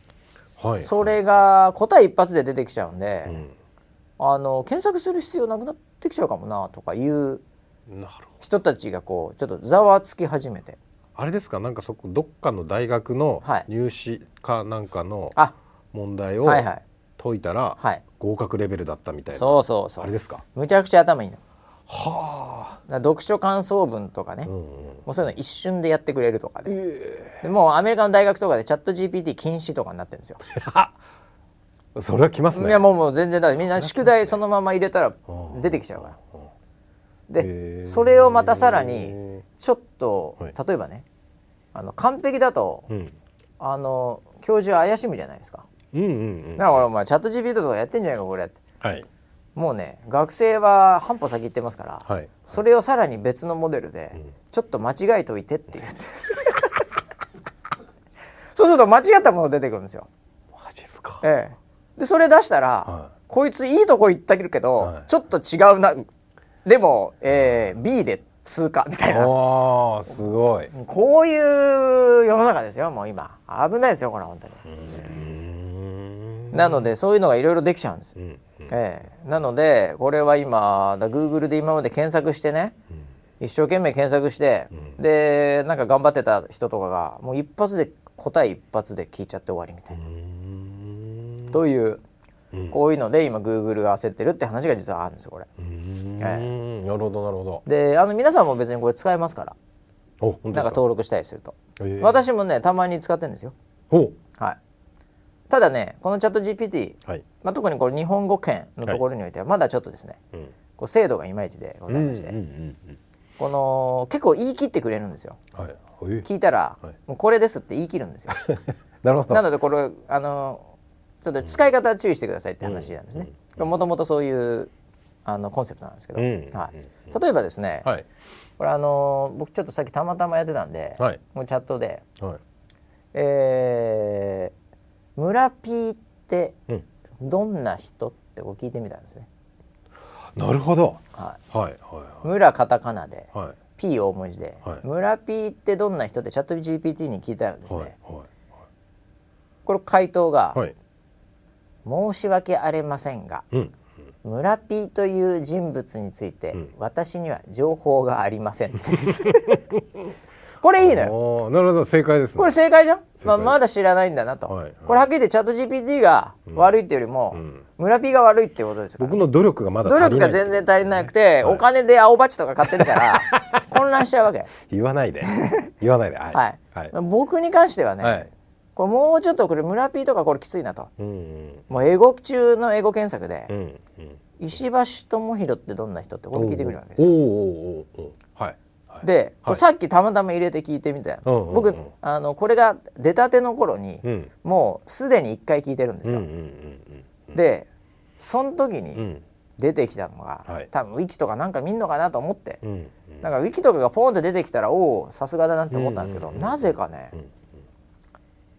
S2: はい
S1: それが答え一発で出てきちゃうんで、
S2: ん
S1: あの検索する必要なくなってきちゃうかもなとかいう
S2: なるほど
S1: 人たちがこうちょっとざわつき始めて
S2: あれですかなんかそこどっかの大学の
S1: はい
S2: 入試かなんかの
S1: あ
S2: 問題を
S1: はいはい
S2: 解いたら
S1: はい
S2: 合格レベルだったみたいな
S1: そうそうそう
S2: あれですか
S1: むちゃくちゃ頭いいのだか
S2: は
S1: ら読書感想文とかね、
S2: あう
S1: も
S2: んうん
S1: うそういうの一瞬でやってくれるとかで,、でもうアメリカの大学とかでチャット GPT 禁止とかになってるんですよ、
S2: それはきますね
S1: いやもうもう全然だからみんな宿題そのまま入れたら出てきちゃうから、
S2: へ
S1: で
S2: ー
S1: それをまたさらにちょっと、
S2: はい
S1: 例えばねあの完璧だと、
S2: うん
S1: あの教授は怪しむじゃないですか
S2: うんうんうん
S1: だからお前チャット GPT とかやってんじゃないかこれって
S2: はい
S1: もうね学生は半歩先行ってますから、
S2: はい
S1: それをさらに別のモデルで、ちょっと間違えといてって言 ってそうすると間違ったもの出てくるんですよ。
S2: マジですか
S1: ええ、でそれ出したら、
S2: はい
S1: こいついいとこ行ったけど、
S2: はい
S1: ちょっと違うなでも、えー B で通過みたいな
S2: おーすごい
S1: こういう世の中ですよもう今危ないですよこれ本当に。なのでそういうのがいろいろできちゃうんです、
S2: ん
S1: ええなのでこれは今だ Google で今まで検索してね、一生懸命検索して、でなんか頑張ってた人とかがもう一発で答え一発で聞いちゃって終わりみたいな。という、こういうので今 Google が焦ってるって話が実はあるんですよこれ。
S2: うんなるほどなるほど
S1: であの皆さんも別にこれ使えますから
S2: お本当
S1: なんか登録したりすると、
S2: ええ
S1: 私もねたまに使ってるんですよ。
S2: お
S1: はい、ただねこのチャット GPT
S2: はい
S1: まあ、特にこれ日本語圏のところにおいてはまだちょっとですね、
S2: うん
S1: こう精度がいまいちでございまして、この結構言い切ってくれるんですよ
S2: はいえ
S1: 聞いたら、
S2: はい
S1: もうこれですって言い切るんですよ
S2: なるほど
S1: なのでこれあのちょっと使い方は注意してくださいって話なんですねもともとそういうあのコンセプトなんですけど、
S2: うん
S1: はい、例えばですね、
S2: はい
S1: これあの僕ちょっとさっきたまたまやってたんで、
S2: はい
S1: もうチャットで
S2: はい
S1: 「えー、村ピーって
S2: うん
S1: どんな人?」ってこう聞いてみたんですね。
S2: なるほど
S1: はい
S2: はいは
S1: 村カタカナで、
S2: いはい
S1: P 大文字で、
S2: はい
S1: 村 P ってどんな人ってチャット GPT に聞いたらですね、
S2: はいは
S1: これ回答が、
S2: いはい
S1: 申し訳ありませんが
S2: うん
S1: 村 P という人物について、私には情報がありませ んこれいいのよ
S2: おーなるほど正解ですね
S1: これ正解じゃん、
S2: す
S1: まあ、まだ知らないんだなと、
S2: はいはい
S1: これはっきり言ってチャット GPT が悪いっていうよりも、村 P が悪いってことですから
S2: 僕の努力がまだ
S1: 努
S2: 足り
S1: 力
S2: ない
S1: が全然足りなくて、お金で青バチとか買ってるから混乱しちゃうわけ
S2: 言わないで言わないではい
S1: はい、
S2: はい
S1: 僕に関してはね、
S2: はい
S1: これもうちょっとこれ村 P とかこれきついなと
S2: うんうん
S1: もう英語中の英語検索で、
S2: うんうん
S1: 石橋智弘ってどんな人ってこれ聞いてみるわけです
S2: おー
S1: よ
S2: おーおーおーはいはい
S1: で、これ
S2: はい
S1: さっきたまたま入れて聞いてみた、
S2: うんうんうん
S1: 僕あのこれが出たての頃に、
S2: うん
S1: もうすでに1回聞いてるんです
S2: うんう
S1: よ、
S2: んうん
S1: でその時
S2: うんう
S1: に
S2: ん
S1: 出てきたのが、
S2: はい
S1: 多分ウィキとかなんか見んのかなと思って、
S2: うんうん
S1: なんかウィキとかがポンって出てきたらおおさすがだなって思ったんですけど、なぜかね、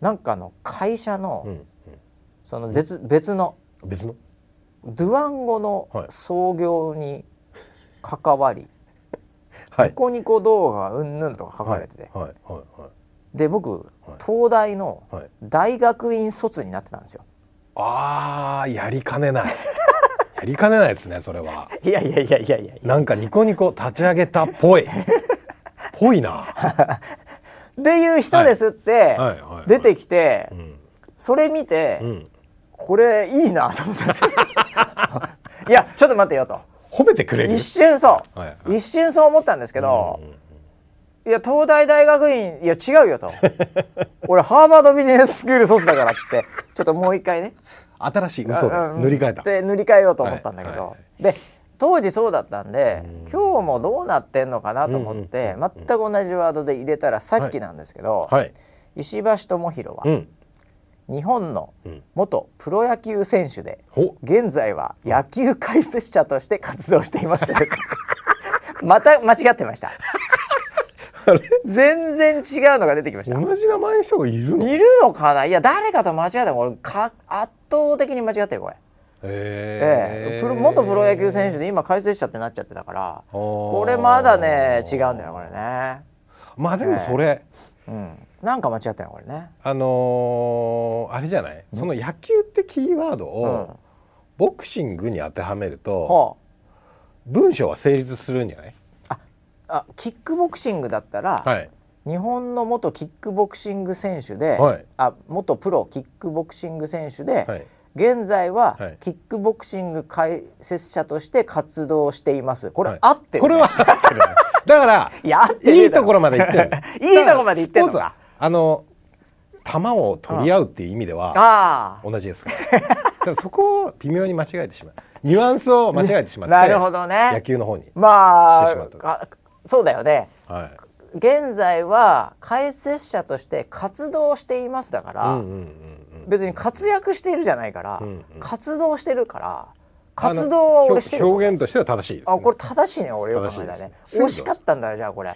S1: なんかあの会社の、
S2: んうん
S1: その別,、別の
S2: 別の
S1: ドゥワンゴの
S2: はい
S1: 創業に関わり、
S2: は
S1: ニコニコ動画うんぬんとか書かれてて、
S2: はいはいはい
S1: で僕東大の
S2: はいはい
S1: 大学院卒になってたんですよ。
S2: あーやりかねない やりかねないですねそれはい
S1: やいやいやいやいや
S2: なんかニコニコ立ち上げたっ ぽいぽいな
S1: っていう人ですって
S2: はいはいはい
S1: 出てきて
S2: ん
S1: それ見て、
S2: ん
S1: これいいなと思ったん ですよ。いやちょっと待ってよと。
S2: 褒めてくれる
S1: 一瞬そう、
S2: はい
S1: 一瞬そう思ったんですけど、いや東大大学院いや違うよ と俺ハーバードビジネススクール卒だからってちょっともう一回ね
S2: 新しい嘘で
S1: うん
S2: 塗り替えた
S1: で塗り替えようと思ったんだけど、
S2: はいは
S1: で当時そうだったんで、今日もどうなってんのかなと思って、全く同じワードで入れたらさっきなんですけど、
S2: はい
S1: 石橋智弘は、
S2: うん
S1: 日本の元プロ野球選手で、
S2: お
S1: 現在は野球解説者として活動してい ます、また間違ってました全然違うのが出てきました
S2: 同じ名前の人がいるの
S1: いるのかないや誰かと間違えた俺か圧倒的に間違ってるこれ、ええ
S2: え
S1: プロ元プロ野球選手で今解説者ってなっちゃってたから
S2: あー
S1: これまだね違うんだよこれね
S2: まあでもそれ、
S1: うんなんか間違ってるこれね
S2: あのーあれじゃないその野球ってキーワード
S1: う
S2: を
S1: ん
S2: ボクシングに当てはめると
S1: ほう
S2: 文章は成立するんじゃない
S1: あキックボクシングだったら、
S2: はい
S1: 日本の元キックボクシング選手で、
S2: はい
S1: あ元プロキックボクシング選手で、
S2: はい
S1: 現在は
S2: はい
S1: キックボクシング解説者として活動していますこれ、
S2: はい
S1: 合ってる、ね、
S2: これは合って るねだから
S1: いや合ってねえ
S2: い
S1: だろ
S2: いところまで行ってる
S1: いいとこまで行ってんのか
S2: だらスポーツはあの球を取り合うっていう意味では
S1: あ
S2: 同じですからただそこを微妙に間違えてしまうニュアンスを間違えてしまっ て
S1: なるほどね
S2: 野球の方に、
S1: あま
S2: してしまった
S1: ああそうだよね
S2: はい
S1: 現在は解説者として活動していますだから、
S2: うんうんうん、
S1: 別に活躍しているじゃないから、
S2: ん
S1: 活動してるから活動は俺して
S2: あ
S1: る
S2: の
S1: よ
S2: 表表現としては正しいです、ね、
S1: あこれ正しいね俺よく考えたら
S2: 正しい
S1: ね
S2: ですね
S1: 惜しかったんだよじゃあ これ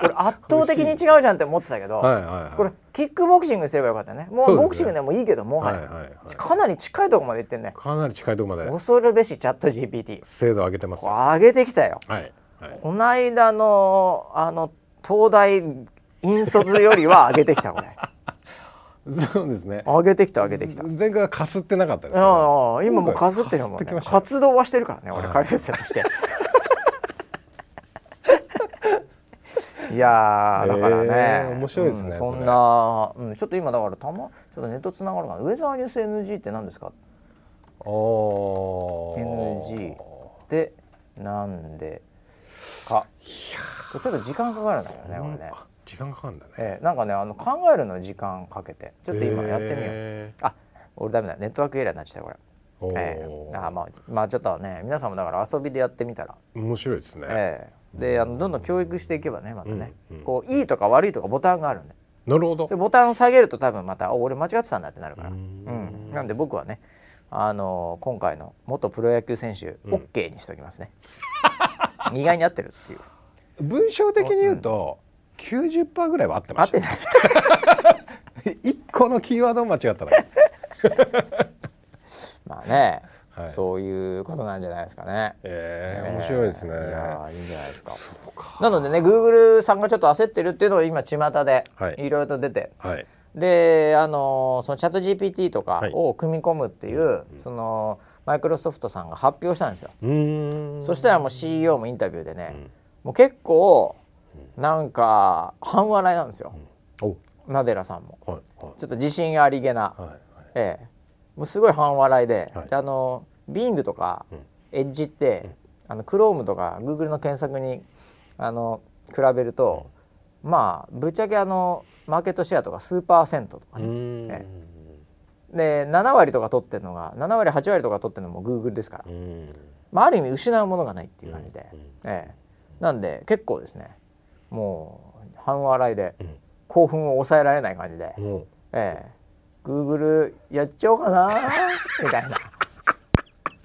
S1: 俺圧倒的に違うじゃんって思ってたけど、
S2: はいはいはい
S1: これキックボクシングにすればよかったねも
S2: そう
S1: う
S2: ですね
S1: ボクシングでもいいけどもはや、
S2: はいはいはい
S1: かなり近いとこまで行ってんね
S2: かなり近いところまで
S1: 恐るべしチャット GPT
S2: 精度を上げてます
S1: これ上げてきたよ
S2: はいはい
S1: この間のあの東大引率よりは上げてきた これ
S2: そうですね
S1: 上げてきた上げてきた
S2: 前回はかすってなかったですね
S1: ああ今もうかすってるもん
S2: 今回
S1: ね
S2: かすってきましたね
S1: 活動はしてるからね俺
S2: はい
S1: 解説者として いやーだからね、
S2: へー面白いですね
S1: うん
S2: そ
S1: そ
S2: れ
S1: んな、うん、ちょっと今だからたまちょっとネットつながるかなウェザーニュース NG って何ですか
S2: お
S1: NG でなんでかちょっと時間かかるんだよねこれね、
S2: 時間かかるんだね
S1: えーなんかねあの考えるのに時間かけてちょっと今やってみよう、
S2: へ
S1: あ俺ダメだネットワークエリアになっちゃったこれ、
S2: ーおー
S1: えーあーまあまあちょっとね皆さんもだから遊びでやってみたら、
S2: 面白いですね、
S1: えーであのどんどん教育していけばねまたね、
S2: うんうん
S1: こういいとか悪いとかボタンがあるんで
S2: なるほど
S1: それボタンを下げると多分また「お俺間違ってたんだ」ってなるから、
S2: う
S1: うんんなんで僕はねあのー今回の元プロ野球選手、OK にしておきますね 意外に合ってるっていう
S2: 文章的に言うと、90%ぐらいは合って
S1: 合
S2: ま
S1: っ
S2: してた
S1: ない
S2: 一個のキーワードも間違ったら
S1: まあね、
S2: はい
S1: そういうことなんじゃないですかね
S2: えー面白いですね、
S1: えーいやーいいんじゃないですか
S2: そうか
S1: なのでね Google さんがちょっと焦ってるっていうのが今巷で
S2: はい
S1: いろいろと出て、
S2: はい
S1: であのーそのチャット GPT とか
S2: はい
S1: を組み込むっていう、そのマイクロソフトさんが発表したんですよ、
S2: うーん
S1: そしたらもう CEO もインタビューでね、もう結構なんか半笑いなんですよ、
S2: お
S1: ナデラさんも
S2: はいは
S1: ちょっと自信ありげな、
S2: いはい
S1: ええもうすごい半笑いで,、
S2: はい
S1: であのビングとか、エッジって、あのクロームとか Google の検索にあの比べると、まあぶっちゃけあのマーケットシェアとか数パーセントとか
S2: う
S1: ね、
S2: ーん
S1: えで7割とか取ってるのが7割8割とか取ってるのも Google ですから、
S2: うーん
S1: まあ、ある意味失うものがないっていう感じで、
S2: うんうん
S1: ええなんで結構ですねもう半笑いで、
S2: ん
S1: 興奮を抑えられない感じで。
S2: も
S1: ええ、Google やっちゃおうかなみたいな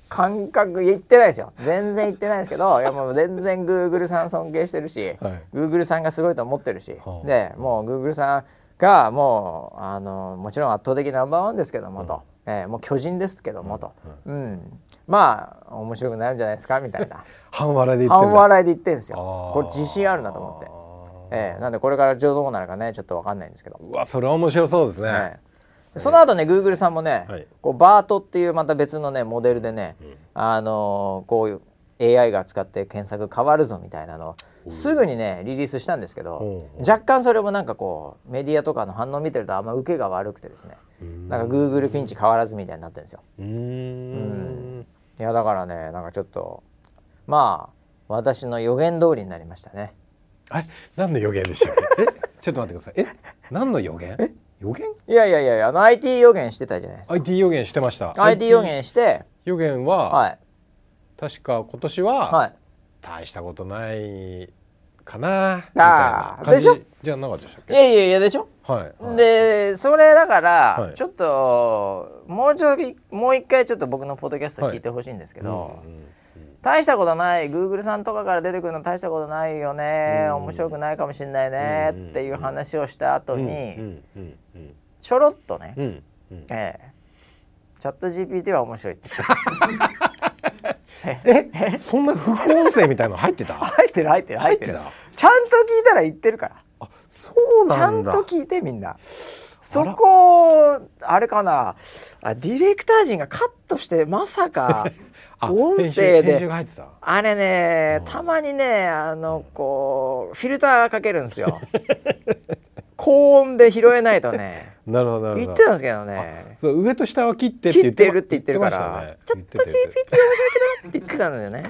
S1: 感覚言ってないですよ全然言ってないですけどいやもう全然 Google さん尊敬してるし、
S2: はい
S1: Google さんがすごいと思ってるし、
S2: はあ
S1: でもう Google さんがもうあのもちろん圧倒的ナンバーワンですけどもと、ええもう巨人ですけどもと、うんまあ面白くなるんじゃないですかみたい な
S2: う半笑いで言って
S1: 半
S2: んだ
S1: 笑いで言ってるんですよ
S2: あー
S1: これ自信あるなと思って、ええ、なんでこれから上どうなるかねちょっと分かんないんですけど。
S2: うわそれは面白そうですね、
S1: はいその後ね、グーグルさんもね、
S2: はい
S1: こうバートっていうまた別のねモデルでね、あのーこういう AI が使って検索変わるぞみたいなのをすぐにねリリースしたんですけど、
S2: お
S1: 若干それもなんかこうメディアとかの反応見てるとあんま受けが悪くてですね、なんかグーグルピンチ変わらずみたいになってるんですよ。
S2: うーん
S1: いやだからね、なんかちょっとまあ私の予言通りになりましたね。
S2: あれ何の予言でしたっけえちょっと待ってくださいえ何の予言予言
S1: いやいやいやいや、あの IT 予言してたじゃないですか。
S2: IT 予言してました
S1: IT 予言して、
S2: 予言は、
S1: はい
S2: 確か今年は、
S1: はい。
S2: 大したことないかなみたい
S1: あー
S2: な感じ
S1: でしょ
S2: じゃなかったでしたっ
S1: い
S2: け
S1: やいやいやでしょ。
S2: はい、はい、
S1: でそれだから、
S2: はい
S1: ちょっともうちょいもう一回ちょっと僕のポッドキャスト聞いてほしいんですけど、大したことない Google さんとかから出てくるの大したことないよね、面白くないかもしれないね、っていう話をした後に、
S2: うんうんうん
S1: ちょろっとね、
S2: うんうん
S1: ええチャット GPT は面白いって
S2: えそんな副音声みたいの入ってた
S1: 入ってる入ってる入ってる
S2: 入って
S1: ちゃんと聞いたら言ってるから。
S2: あそう
S1: ちゃ
S2: なんん
S1: と
S2: だ
S1: 聞いてみんなそこあれかなあディレクター陣がカットしてまさか
S2: あ
S1: 音
S2: 編集
S1: 声
S2: 編集
S1: で
S2: が入ってた
S1: あれねたまにねあのこうフィルターかけるんです よ高音で拾えないとね
S2: なるほどなる
S1: 言
S2: ほ
S1: っ
S2: ど
S1: てたんですけどね
S2: そう上と下は切ってっ
S1: 切
S2: て
S1: っ
S2: 言って
S1: て
S2: ま
S1: るって言ってるから、ちょっ
S2: 言
S1: と
S2: て
S1: GPT 面白くな
S2: ましたね
S1: って言ってたんだよね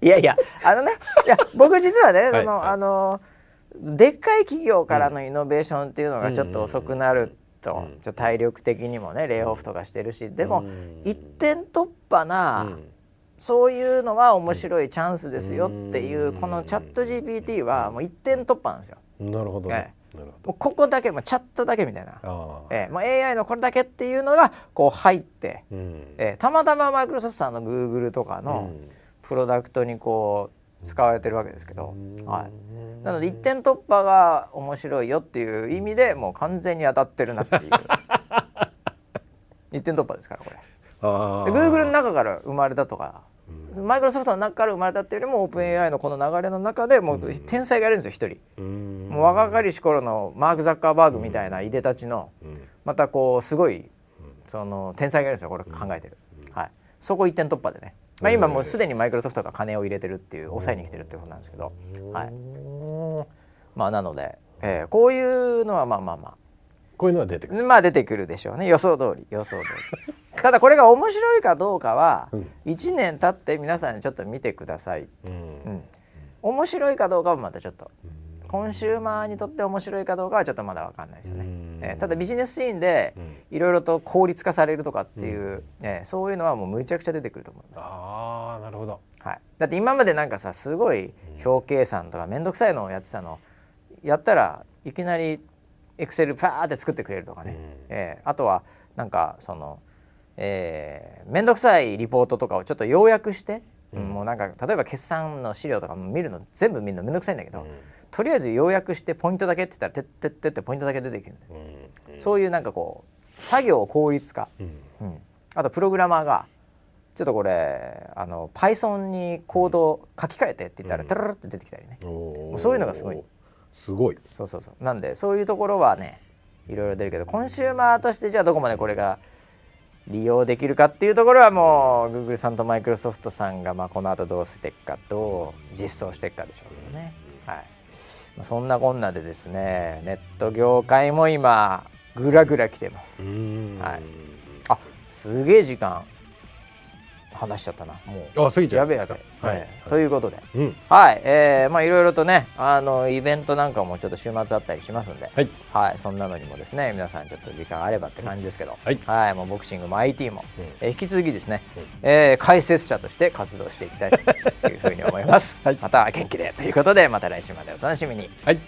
S1: いやいやあのねいや僕実はね
S2: はい
S1: その、
S2: はい
S1: あのでっかい企業からのイノベーションっていうのがちょっと遅くなると、ちょっと体力的にもねレイオフとかしてるしでも、
S2: うん
S1: 一点突破な、
S2: うん
S1: そういうのは面白いチャンスですよっていう、このチャット GPT はもう一点突破なんですよ。
S2: なるほどね、
S1: はい
S2: なるほど
S1: もうここだけもうチャットだけみたいな、
S2: ああ
S1: ええもう AI のこれだけっていうのがこう入って、
S2: うん
S1: えーたまたまマイクロソフトさんのグーグルとかの
S2: うん
S1: プロダクトにこう使われてるわけですけど、はい、なので一点突破が面白いよっていう意味でもう完全に当たってるなっていう一点突破ですからこれ
S2: あ
S1: で
S2: あ
S1: Google の中から生まれたとかマイクロソフトの中から生まれたっていうよりもオープン AI のこの流れの中でもう天才がいるんですよ一人。
S2: うん
S1: もう若かりし頃のマーク・ザッカーバーグみたいないでたちの
S2: うん
S1: またこうすごいその天才がいるんですよこれ考えてる、はい、そこ一点突破でね、まあ、今もうすでにマイクロソフトが金を入れてるっていう抑えに来てるっていうことなんですけど、はいまあ、なので、えーこういうのはまあまあまあ
S2: こういうのは出てくる。
S1: まあ出てくるでしょうね予想通り予想通 りただこれが面白いかどうかは
S2: うん
S1: 1年経って皆さんにちょっと見てください、
S2: うん
S1: うん、面白いかどうかはまたちょっとコンシューマーにとって面白いかどうかはちょっとまだわかんないですよ
S2: う
S1: ね
S2: ん、
S1: えーただビジネスシーンで
S2: うん
S1: いろいろと効率化されるとかっていう、えーそういうのはもうむちゃくちゃ出てくると思います、
S2: ああなるほど。
S1: はい、だって今までなんかさすごい表計算とか面倒くさいのをやってたのやったらいきなりエクセルパーって作ってくれるとかね、
S2: うん
S1: えーあとはなんかそのえー面倒、くさいリポートとかをちょっと要約して、もうなんか例えば決算の資料とかも見るの全部見るの面倒くさいんだけど、とりあえず要約してポイントだけって言ったら「てってって」ってポイントだけ出てきるんだよ、
S2: うん
S1: そういうなんかこう作業効率化、
S2: うん
S1: うんあとプログラマーがちょっとこれあの Python にコードを書き換えてって言ったら、
S2: うん
S1: タラララって出てきたりね、
S2: おー
S1: そういうのがすごい。
S2: すごい。
S1: そうそうそうなんでそういうところはねいろいろ出るけどコンシューマーとしてじゃあどこまでこれが利用できるかっていうところはもう Google さんと Microsoft さんがまあこの後どうしていくかどう実装していくかでしょうけどね、はいまあ、そんなこんなでですねネット業界も今ぐらぐら来てます
S2: うん
S1: はいあすげえ時間話しちゃったなもう
S2: あ過ぎちゃ
S1: や
S2: い
S1: べ
S2: ま
S1: や
S2: し
S1: べ
S2: た、
S1: は
S2: はいい
S1: ということで
S2: うん
S1: はいえーまあいろいろとねあのイベントなんかもちょっと週末あったりしますんで、
S2: はい
S1: はい、そんなのにもですね皆さんちょっと時間あればって感じですけど、
S2: はい
S1: もうボクシングも IT も、
S2: うん
S1: えー引き続きですね、
S2: うん
S1: えー解説者として活動していきたいというふうに思います、
S2: はい
S1: また元気でということでまた来週までお楽しみに
S2: はい。